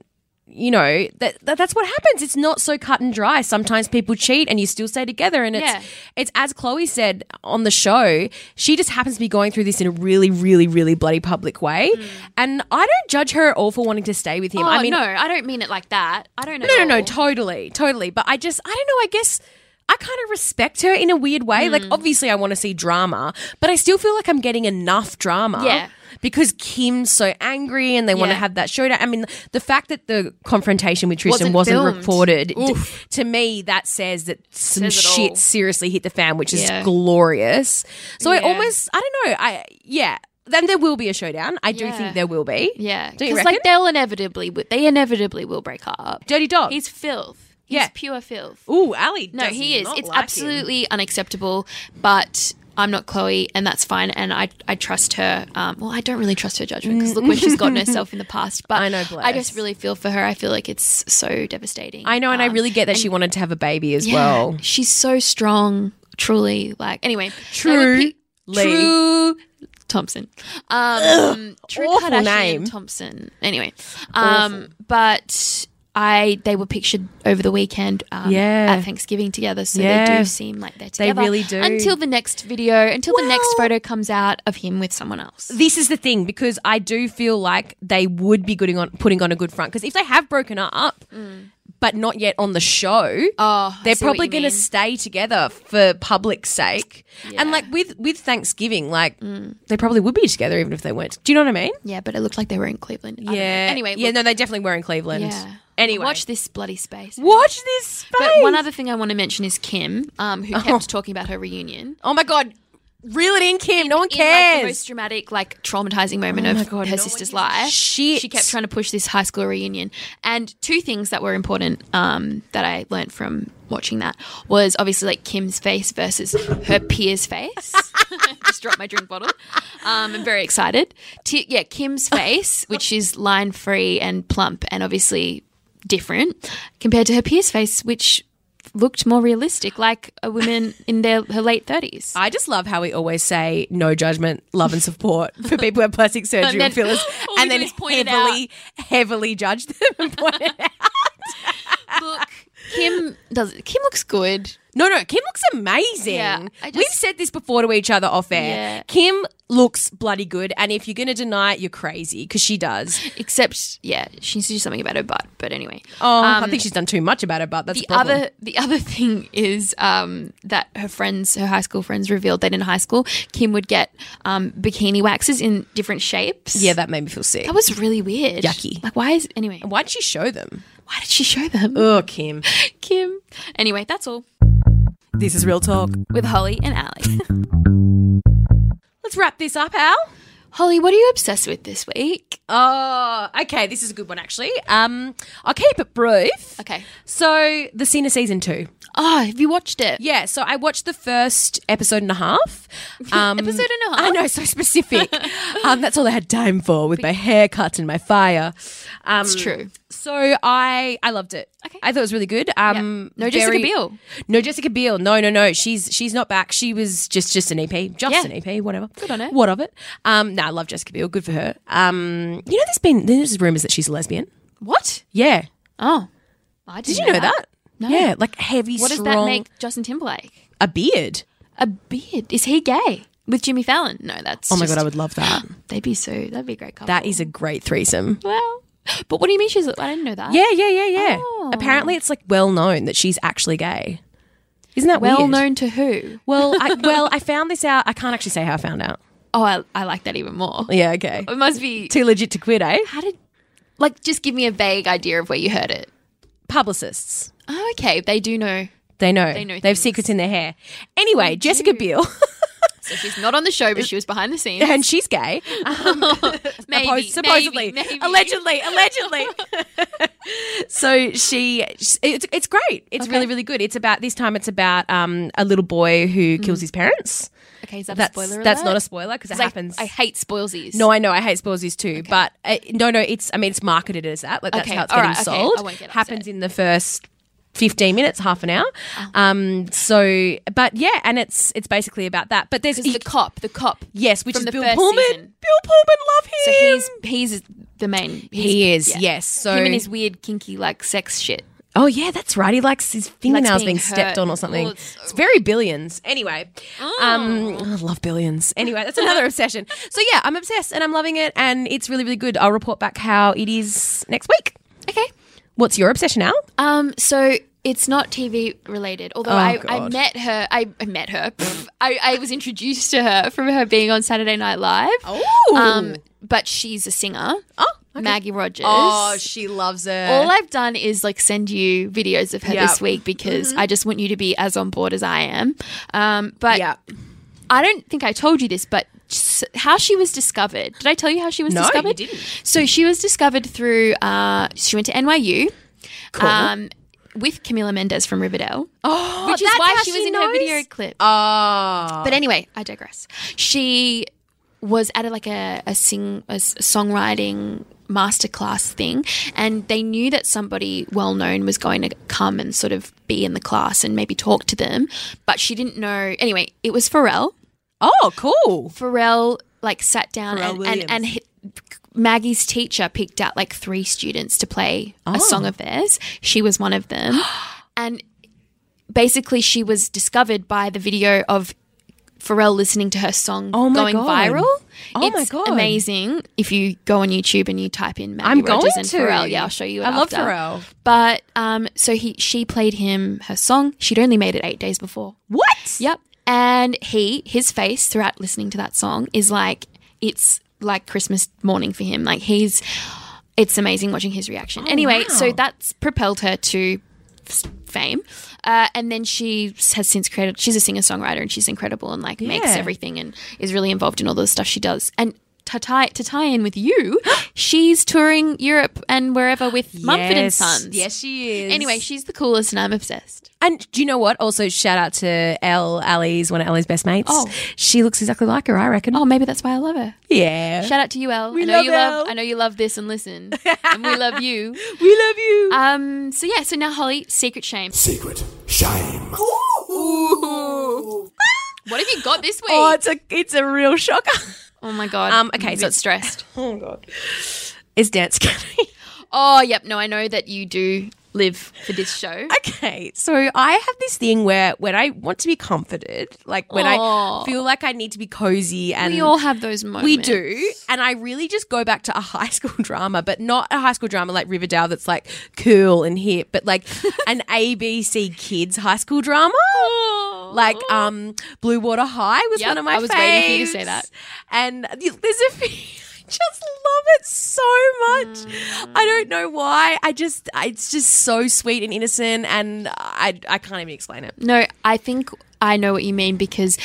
Speaker 2: you know, that, that that's what happens. It's not so cut and dry. Sometimes people cheat and you still stay together. And it's
Speaker 1: Yeah.
Speaker 2: it's as Chloe said on the show, she just happens to be going through this in a really, really, really bloody public way. And I don't judge her at all for wanting to stay with him.
Speaker 1: Mm. Oh,
Speaker 2: I mean
Speaker 1: no, I don't mean it like that. I don't know.
Speaker 2: no, no,
Speaker 1: at
Speaker 2: no,
Speaker 1: all.
Speaker 2: totally, totally. But I just, I don't know. I guess I kind of respect her in a weird way. Like,
Speaker 1: Mm.
Speaker 2: obviously, I want to see drama, but I still feel like I'm getting enough drama.
Speaker 1: Yeah.
Speaker 2: Because Kim's so angry and they want to
Speaker 1: Yeah.
Speaker 2: have that showdown. I mean, the fact that the confrontation with Tristan
Speaker 1: Wasn't
Speaker 2: wasn't,
Speaker 1: filmed.
Speaker 2: reported, d- to me, that says that some
Speaker 1: Says it
Speaker 2: shit
Speaker 1: all.
Speaker 2: seriously hit the fan, which is
Speaker 1: Yeah.
Speaker 2: glorious. So I
Speaker 1: Yeah.
Speaker 2: almost, I don't know. I, yeah. Then there will be a showdown. I do
Speaker 1: Yeah.
Speaker 2: think there will be.
Speaker 1: Yeah,
Speaker 2: Don't you
Speaker 1: because
Speaker 2: reckon?
Speaker 1: like they'll inevitably they inevitably will break up.
Speaker 2: Dirty dog.
Speaker 1: He's filth. He's
Speaker 2: Yeah.
Speaker 1: pure filth.
Speaker 2: Ooh, Ali.
Speaker 1: No,
Speaker 2: does
Speaker 1: he is.
Speaker 2: not
Speaker 1: It's
Speaker 2: like him.
Speaker 1: absolutely unacceptable. But I'm not Chloe, and that's fine. And I, I trust her. Um, well, I don't really trust her judgment because look where she's gotten herself in the past. But
Speaker 2: I know,
Speaker 1: I just
Speaker 2: bless.
Speaker 1: really feel for her. I feel like it's so devastating.
Speaker 2: I know, and I
Speaker 1: Um,
Speaker 2: really get that she wanted to have a baby as
Speaker 1: yeah,
Speaker 2: well.
Speaker 1: she's so strong. Truly, like anyway, they were
Speaker 2: True.
Speaker 1: pi- true Thompson. Um, true
Speaker 2: awful
Speaker 1: Kardashian
Speaker 2: name.
Speaker 1: Thompson. Anyway, um, but I they were pictured over the weekend um,
Speaker 2: Yeah.
Speaker 1: at Thanksgiving together, so they
Speaker 2: Yeah.
Speaker 1: do seem like they're together.
Speaker 2: really do.
Speaker 1: Until the next video, until the next
Speaker 2: Well-
Speaker 1: photo comes out of him with someone else.
Speaker 2: This is the thing because I do feel like they would be good on putting on a good front because if they have broken up, but not yet on the show,
Speaker 1: Mm. Oh, I
Speaker 2: they're
Speaker 1: see what
Speaker 2: probably
Speaker 1: you
Speaker 2: going to
Speaker 1: mean.
Speaker 2: stay together for public's sake. And like with with Thanksgiving, like they probably would be together even if they weren't. Do you know what I mean?
Speaker 1: Mm. Yeah, but it looked like they were in Cleveland. I don't know.
Speaker 2: Yeah.
Speaker 1: Anyway,
Speaker 2: yeah,
Speaker 1: look-
Speaker 2: no, they definitely were in Cleveland.
Speaker 1: yeah.
Speaker 2: Anyway,
Speaker 1: watch this bloody space.
Speaker 2: watch this space.
Speaker 1: But one other thing I want to mention is Kim, um, who kept talking about her reunion.
Speaker 2: oh my god, reel it in, Kim. no one
Speaker 1: In, like,
Speaker 2: cares.
Speaker 1: the most dramatic, like traumatizing moment of her sister's life.
Speaker 2: shit.
Speaker 1: She kept trying to push this high school reunion. And two things that were important um, that I learnt from watching that was obviously like Kim's face versus her peer's face. Just dropped my drink bottle. Um, I'm very excited. T- yeah, Kim's face, which is line free and plump and obviously different compared to her peer's face, which looked more realistic, like a woman in their her late 30s.
Speaker 2: I just love how we always say no judgment, love and support for people who have plastic surgery and,
Speaker 1: then
Speaker 2: fillers,
Speaker 1: all we
Speaker 2: and
Speaker 1: do
Speaker 2: then
Speaker 1: is point it
Speaker 2: heavily, heavily judge them and point it out.
Speaker 1: Look, Kim does. Kim looks good.
Speaker 2: No, no, Kim looks amazing.
Speaker 1: Yeah, I just-
Speaker 2: We've said this before to each other off air.
Speaker 1: Yeah.
Speaker 2: Kim looks bloody good, and if you're going to deny it, you're crazy because she does.
Speaker 1: Except, yeah, she needs to do something about her butt. But anyway,
Speaker 2: Oh, I think she's done too much about it, but that's
Speaker 1: Um, the
Speaker 2: a problem.
Speaker 1: other the other thing is um, that her friends, her high school friends, revealed that in high school, Kim would get um, bikini waxes in different shapes.
Speaker 2: yeah, that made me feel sick.
Speaker 1: that was really weird.
Speaker 2: Yucky.
Speaker 1: Like, why is anyway?
Speaker 2: Why'd she show them?
Speaker 1: Why did she show them,
Speaker 2: Oh, Kim.
Speaker 1: Kim? Anyway, that's all
Speaker 2: This is real talk.
Speaker 1: with Holly and Ali.
Speaker 2: Let's wrap this up, Al.
Speaker 1: Holly, what are you obsessed with this week?
Speaker 2: Oh, okay. This is a good one, actually. Um, I'll keep it brief.
Speaker 1: Okay.
Speaker 2: So, The Sinner Season 2.
Speaker 1: Oh, have you watched it?
Speaker 2: Yeah, so I watched the first episode and a half. Um,
Speaker 1: Episode and a
Speaker 2: I
Speaker 1: half?
Speaker 2: know, so specific. um, that's all I had time for with my haircut and my fire. Um,
Speaker 1: It's true.
Speaker 2: So I I loved it.
Speaker 1: Okay.
Speaker 2: I thought it was really good. Um,
Speaker 1: No Jessica
Speaker 2: very-
Speaker 1: Biel.
Speaker 2: No Jessica Biel. No, no, no. She's she's not back. She was just just an EP, just
Speaker 1: Yeah.
Speaker 2: an EP, whatever. Good
Speaker 1: on her.
Speaker 2: What of it? Um, no, I love Jessica Biel. Good for her. Um, you know, there's been there's rumors that she's a lesbian.
Speaker 1: What?
Speaker 2: Yeah.
Speaker 1: Oh, I didn't
Speaker 2: Did you know that?
Speaker 1: No.
Speaker 2: Yeah, like heavy,
Speaker 1: What does that
Speaker 2: strong.
Speaker 1: make Justin Timberlake?
Speaker 2: a beard?
Speaker 1: A beard? Is he gay with Jimmy Fallon? No, that's
Speaker 2: Oh my
Speaker 1: just-
Speaker 2: god, I would love that.
Speaker 1: they'd be so that'd be a great couple.
Speaker 2: That is a great threesome.
Speaker 1: well, but what do you mean she's? I didn't know that.
Speaker 2: Yeah, yeah, yeah, yeah.
Speaker 1: Oh.
Speaker 2: Apparently, it's like well known that she's actually gay. Isn't that
Speaker 1: well
Speaker 2: weird?
Speaker 1: known to who?
Speaker 2: Well, I, well, I found this out. I can't actually say how I found out.
Speaker 1: Oh, I, I like that even more.
Speaker 2: Yeah, okay.
Speaker 1: It must be
Speaker 2: Too legit to quit, eh?
Speaker 1: Oh. how did like just give me a vague idea of where you heard it.
Speaker 2: Publicists.
Speaker 1: Oh, okay, they do know.
Speaker 2: They know.
Speaker 1: know
Speaker 2: They have
Speaker 1: things.
Speaker 2: secrets in their hair. Anyway, Jessica Biel,
Speaker 1: So she's not on the show, but she was behind the scenes.
Speaker 2: and she's gay. Um,
Speaker 1: Maybe,
Speaker 2: suppo-
Speaker 1: maybe,
Speaker 2: supposedly,
Speaker 1: maybe.
Speaker 2: allegedly, allegedly. so she, it's, it's great. It's really, really good. It's about this time. It's about um, a little boy who kills his parents.
Speaker 1: Okay, is that
Speaker 2: That's
Speaker 1: a Mm-hmm. spoiler?
Speaker 2: that's
Speaker 1: alert?
Speaker 2: not a spoiler because it
Speaker 1: 'Cause I-
Speaker 2: happens.
Speaker 1: I, hate spoilsies.
Speaker 2: no, I know. I hate spoilsies too, but uh, no, no. It's I mean, it's marketed as that. Like that's
Speaker 1: Okay,
Speaker 2: how it's
Speaker 1: all
Speaker 2: getting
Speaker 1: right, okay,
Speaker 2: sold.
Speaker 1: I won't get upset.
Speaker 2: happens in the first. 15 minutes half an hour
Speaker 1: Oh.
Speaker 2: um so but yeah and it's it's basically about that but there's
Speaker 1: because the cop, the cop.
Speaker 2: yes which
Speaker 1: from
Speaker 2: is
Speaker 1: the
Speaker 2: bill
Speaker 1: first
Speaker 2: pullman
Speaker 1: season.
Speaker 2: bill pullman love him
Speaker 1: So he's he's the main. he's-
Speaker 2: he is
Speaker 1: yeah.
Speaker 2: yes so
Speaker 1: him and his weird kinky like sex shit.
Speaker 2: Oh yeah, that's right. He likes his fingernails
Speaker 1: being
Speaker 2: being, stepped
Speaker 1: hurt.
Speaker 2: on or something.
Speaker 1: Oh, it's Oh.
Speaker 2: it's,
Speaker 1: so
Speaker 2: very billions. Anyway, um, I love billions. Anyway, that's another obsession. So yeah, I'm obsessed and I'm loving it, and it's really really good. I'll report back how it is next week.
Speaker 1: Okay.
Speaker 2: What's your obsession, Al?
Speaker 1: Um. So it's not TV related. Although I, I
Speaker 2: Oh, God.
Speaker 1: met her. I, I met her. Pff, I, I was introduced to her from her being on Saturday Night Live.
Speaker 2: Oh,
Speaker 1: Um. But she's a singer.
Speaker 2: oh,
Speaker 1: Maggie Rogers.
Speaker 2: she loves it.
Speaker 1: all I've done is like send you videos of her
Speaker 2: Yeah. Mm-hmm.
Speaker 1: this week because I just want you to be as on board as I am. Um, but
Speaker 2: yeah,
Speaker 1: I don't think I told you this, but s- how she was discovered. Did I tell you how she was
Speaker 2: No, you
Speaker 1: discovered?
Speaker 2: didn't.
Speaker 1: So she was discovered through, uh, she went to NYU.
Speaker 2: Cool.
Speaker 1: Um, with Camila Mendez from Riverdale,
Speaker 2: Uh-huh. oh,
Speaker 1: which is
Speaker 2: that's
Speaker 1: why
Speaker 2: how
Speaker 1: she was in her
Speaker 2: knows?
Speaker 1: video clip.
Speaker 2: Oh,
Speaker 1: But anyway, I digress. She was at a, like a, a sing a s- songwriting masterclass thing, and they knew that somebody well known was going to come and sort of be in the class and maybe talk to them, but she didn't know. Anyway, it was Pharrell.
Speaker 2: oh, cool.
Speaker 1: Pharrell like sat down
Speaker 2: Pharrell
Speaker 1: and, and and hit, Maggie's teacher picked out like three students to play
Speaker 2: Oh.
Speaker 1: a song of theirs. She was one of them, and basically she was discovered by the video of Pharrell listening to her song
Speaker 2: Oh my
Speaker 1: going
Speaker 2: God.
Speaker 1: viral.
Speaker 2: Oh
Speaker 1: it's
Speaker 2: my God.
Speaker 1: amazing if you go on YouTube and you type in Maggie
Speaker 2: I'm
Speaker 1: Rogers
Speaker 2: going
Speaker 1: and
Speaker 2: to.
Speaker 1: Pharrell. Yeah, I'll show you. It
Speaker 2: I love
Speaker 1: after.
Speaker 2: Pharrell.
Speaker 1: But um, so he she played him her song. She'd only made it eight days before.
Speaker 2: What?
Speaker 1: Yep. And he, his face throughout listening to that song is like, it's like Christmas morning for him. Like he's, it's amazing watching his reaction.
Speaker 2: Oh,
Speaker 1: anyway, so that's propelled her to s- fame. Uh, and then she has since created, she's a singer songwriter and she's incredible and like makes
Speaker 2: Yeah.
Speaker 1: everything and is really involved in all the stuff she does. And to tie, to tie in with you, she's touring Europe and wherever with Mumford and
Speaker 2: Yes.
Speaker 1: Sons.
Speaker 2: Yes, she is.
Speaker 1: Anyway, she's the coolest and I'm obsessed.
Speaker 2: And do you know what? Also, shout out to Elle, Ali's one of Ali's best mates. Oh. She looks exactly like her, I reckon.
Speaker 1: Oh, maybe that's why I love her.
Speaker 2: yeah.
Speaker 1: Shout out to you, Elle.
Speaker 2: We
Speaker 1: I know
Speaker 2: love
Speaker 1: you
Speaker 2: Elle.
Speaker 1: love. I know you love this and listen, and we love you.
Speaker 2: we love you.
Speaker 1: Um. So yeah. So now, Holly, secret shame.
Speaker 8: Secret shame.
Speaker 1: What have you got this week?
Speaker 2: oh, it's a it's a real shocker.
Speaker 1: oh my god.
Speaker 2: Um, okay,
Speaker 1: I'm a
Speaker 2: so
Speaker 1: bit
Speaker 2: it's-
Speaker 1: stressed.
Speaker 2: Oh god. Is dance comedy?
Speaker 1: Oh yep. No, I know that you do live for this show.
Speaker 2: okay. So I have this thing where when I want to be comforted, like when
Speaker 1: Aw.
Speaker 2: I feel like I need to be cozy and
Speaker 1: We all have those moments.
Speaker 2: We do. And I really just go back to a high school drama, but not a high school drama like Riverdale that's like cool and hip, but like an ABC kids high school drama. Like um Blue Water High was
Speaker 1: Yep,
Speaker 2: one of my
Speaker 1: I was waiting for you to
Speaker 2: faves.
Speaker 1: say that.
Speaker 2: And y- there's a few I just love it so much.
Speaker 1: Mm.
Speaker 2: I don't know why. I just I- it's just so sweet and innocent and I I can't even explain it.
Speaker 1: No, I think I know what you mean because.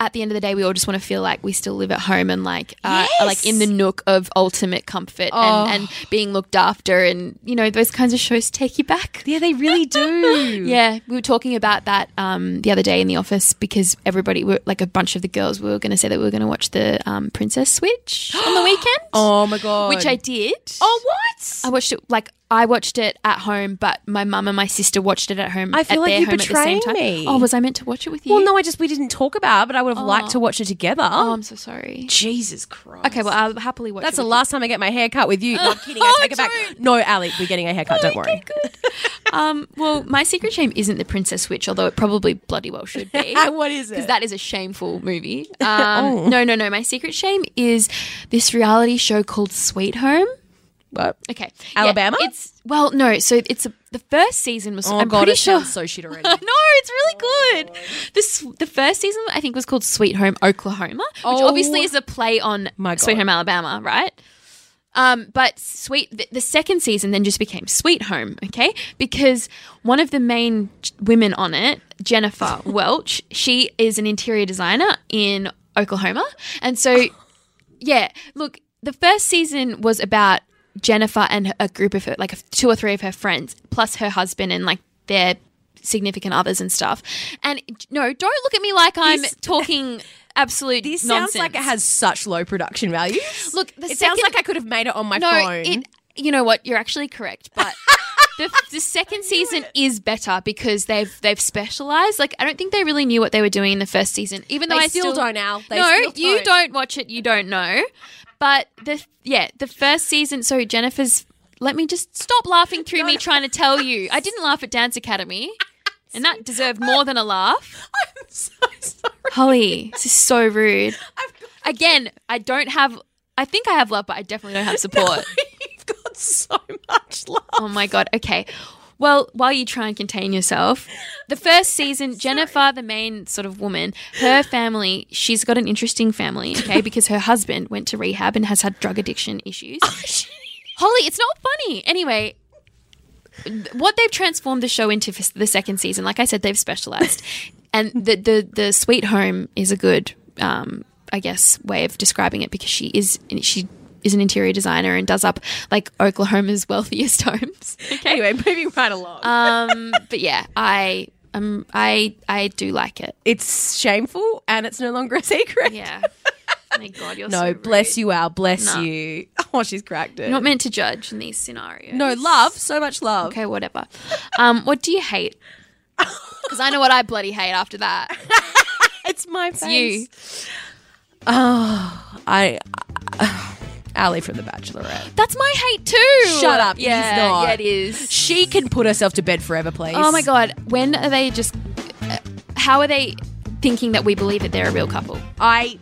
Speaker 1: At the end of the day, we all just want to feel like we still live at home and like, uh,
Speaker 2: Yes. Oh.
Speaker 1: like in the nook of ultimate comfort and, and being looked after, and you know those kinds of shows take you back.
Speaker 2: Yeah, they really do.
Speaker 1: Yeah, we were talking about that um, the other day in the office because everybody, were, like a bunch of the girls, we were going to say that we were going to watch the um, Princess Switch on the weekend,
Speaker 2: Oh my god.
Speaker 1: which I did.
Speaker 2: Oh what?
Speaker 1: I watched it like I watched it at home, but my mum and my sister watched it at home.
Speaker 2: I feel
Speaker 1: at
Speaker 2: like
Speaker 1: their
Speaker 2: you're
Speaker 1: home at the same
Speaker 2: betraying
Speaker 1: time.
Speaker 2: me.
Speaker 1: Oh, was I meant to watch it with you?
Speaker 2: Well, no, I just we didn't talk about, it, but I would have liked to watch it together.
Speaker 1: Oh, I'm so sorry.
Speaker 2: Jesus Christ!
Speaker 1: Okay, well, I'll happily watch.
Speaker 2: that's
Speaker 1: it
Speaker 2: the
Speaker 1: with
Speaker 2: last time I get my hair cut with you. No, I'm kidding. I take it back. No, Ali, we're getting a haircut. don't worry.
Speaker 1: you. Um, well, my secret shame isn't the Princess Switch, although it probably bloody well should be.
Speaker 2: what is it?
Speaker 1: because that is a shameful movie. Um, No, no, no. My secret shame is this reality show called Sweet Home.
Speaker 2: What?
Speaker 1: Okay,
Speaker 2: Alabama?
Speaker 1: Yeah, it's well, no. So it's a, the first season was.
Speaker 2: Oh
Speaker 1: I'm
Speaker 2: god,
Speaker 1: pretty
Speaker 2: it
Speaker 1: sure.
Speaker 2: sounds so shit already.
Speaker 1: no, it's really good. This the first season I think was called Sweet Home Oklahoma, which
Speaker 2: Oh.
Speaker 1: obviously is a play on
Speaker 2: My
Speaker 1: Sweet
Speaker 2: God.
Speaker 1: Home Alabama, right? Um, but sweet, the, the second season then just became Sweet Home, okay? Because one of the main ch- women on it, Jennifer Welch, she is an interior designer in Oklahoma, and so yeah, look, the first season was about Jennifer and a group of her, like two or three of her friends, plus her husband and like their significant others and stuff. And no, don't look at me like I'm talking absolute
Speaker 2: This sounds
Speaker 1: nonsense.
Speaker 2: like it has such low production values.
Speaker 1: Look, the
Speaker 2: it sounds
Speaker 1: second-
Speaker 2: like I could have made it on my
Speaker 1: no.
Speaker 2: phone.
Speaker 1: It, you know what? You're actually correct, but. The, the second season is better because they've they've specialized. Like I don't think they really knew what they were doing in the first season, even though
Speaker 2: They
Speaker 1: I
Speaker 2: still don't, Al. They
Speaker 1: no,
Speaker 2: still
Speaker 1: you
Speaker 2: don't.
Speaker 1: don't watch it. You don't know. But the yeah, the first season. So Jennifer's. Let me just stop laughing through me trying to tell you. I didn't laugh at Dance Academy, and that deserved more than a laugh.
Speaker 2: I'm so sorry.
Speaker 1: Holly, this is so rude.
Speaker 2: I've got
Speaker 1: Again, I don't have. I think I have love, but I definitely don't have support.
Speaker 2: You've got so much love.
Speaker 1: Oh my god. Okay. Well, while you try and contain yourself, the first season, Jennifer, the main sort of woman, her family, she's got an interesting family, okay, because her husband went to rehab and has had drug addiction issues. Holly, it's not funny. Anyway, what they've transformed the show into for s- the second season, like I said, they've specialized, and the the the sweet home is a good, um, I guess, way of describing it because she is she is an interior designer and does up like Oklahoma's wealthiest homes. Okay,
Speaker 2: Anyway, moving right along.
Speaker 1: um, but yeah, I um I I do like it.
Speaker 2: it's shameful and it's no longer a secret.
Speaker 1: Yeah. My God, you're so
Speaker 2: No, bless
Speaker 1: rude.
Speaker 2: you, Al. Bless
Speaker 1: No.
Speaker 2: you. Oh, she's cracked it.
Speaker 1: You're not meant to judge in these scenarios.
Speaker 2: no, love. So much love.
Speaker 1: Okay, whatever. Um, what do you hate? Because I know what I bloody hate after that.
Speaker 2: It's my
Speaker 1: you.
Speaker 2: face. Oh, I. Ali from The Bachelorette.
Speaker 1: That's my hate too.
Speaker 2: Shut up, it is
Speaker 1: Yeah,
Speaker 2: not.
Speaker 1: Oh, yeah, it is.
Speaker 2: She can put herself to bed forever, please.
Speaker 1: Oh my god. When are they just? uh, how are they thinking that we believe that they're a real couple?
Speaker 2: I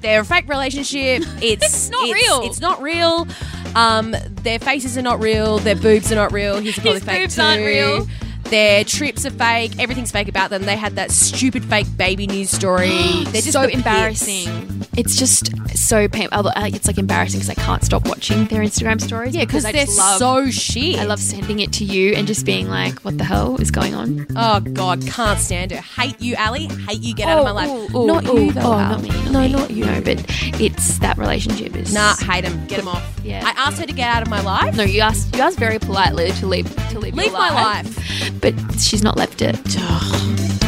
Speaker 2: they're a fake relationship. It's,
Speaker 1: not real.
Speaker 2: It's not real. Um, their faces are not real. Their boobs are not real. His, are probably fake
Speaker 1: boobs
Speaker 2: too.
Speaker 1: aren't real.
Speaker 2: Their trips are fake. Everything's fake about them. They had that stupid fake baby news story. They're just
Speaker 1: so
Speaker 2: the pits.
Speaker 1: embarrassing. It's just so painful. Although uh, it's like embarrassing because I can't stop watching their Instagram stories. Yeah,
Speaker 2: because
Speaker 1: I
Speaker 2: they're
Speaker 1: just love.
Speaker 2: so shit.
Speaker 1: I love sending it to you and just being like, "What the hell is going on?"
Speaker 2: Oh God, can't stand her. Hate you, Ali. Hate you. Get out of my life.
Speaker 1: Oh, ooh,
Speaker 2: not
Speaker 1: ooh,
Speaker 2: you though.
Speaker 1: Oh,
Speaker 2: Al.
Speaker 1: not me. Not
Speaker 2: no,
Speaker 1: me.
Speaker 2: not you.
Speaker 1: No, but it's that relationship is
Speaker 2: Nah, hate him. Get him off.
Speaker 1: Yeah.
Speaker 2: I asked her to get out of my life.
Speaker 1: No, you asked. You asked very politely to leave. To leave.
Speaker 2: Leave
Speaker 1: your
Speaker 2: my
Speaker 1: life. but she's not left it.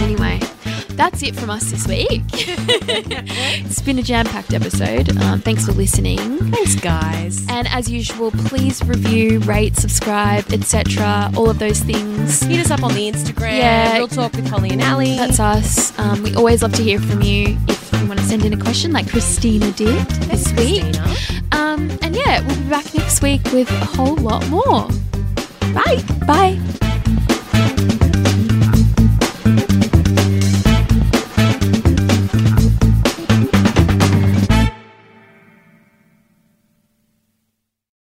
Speaker 1: anyway, that's it from us this week. it's been a jam-packed episode. Um, thanks for listening.
Speaker 2: Thanks, guys.
Speaker 1: And as usual, please review, rate, subscribe, etc. All of those things.
Speaker 2: Hit us up on the Instagram.
Speaker 1: Yeah.
Speaker 2: Real talk with Holly and Ali.
Speaker 1: That's us. Um, we always love to hear from you. If you want to send in a question, like Christina did this week. Um, and yeah, we'll be back next week with a whole lot more. Bye. Bye.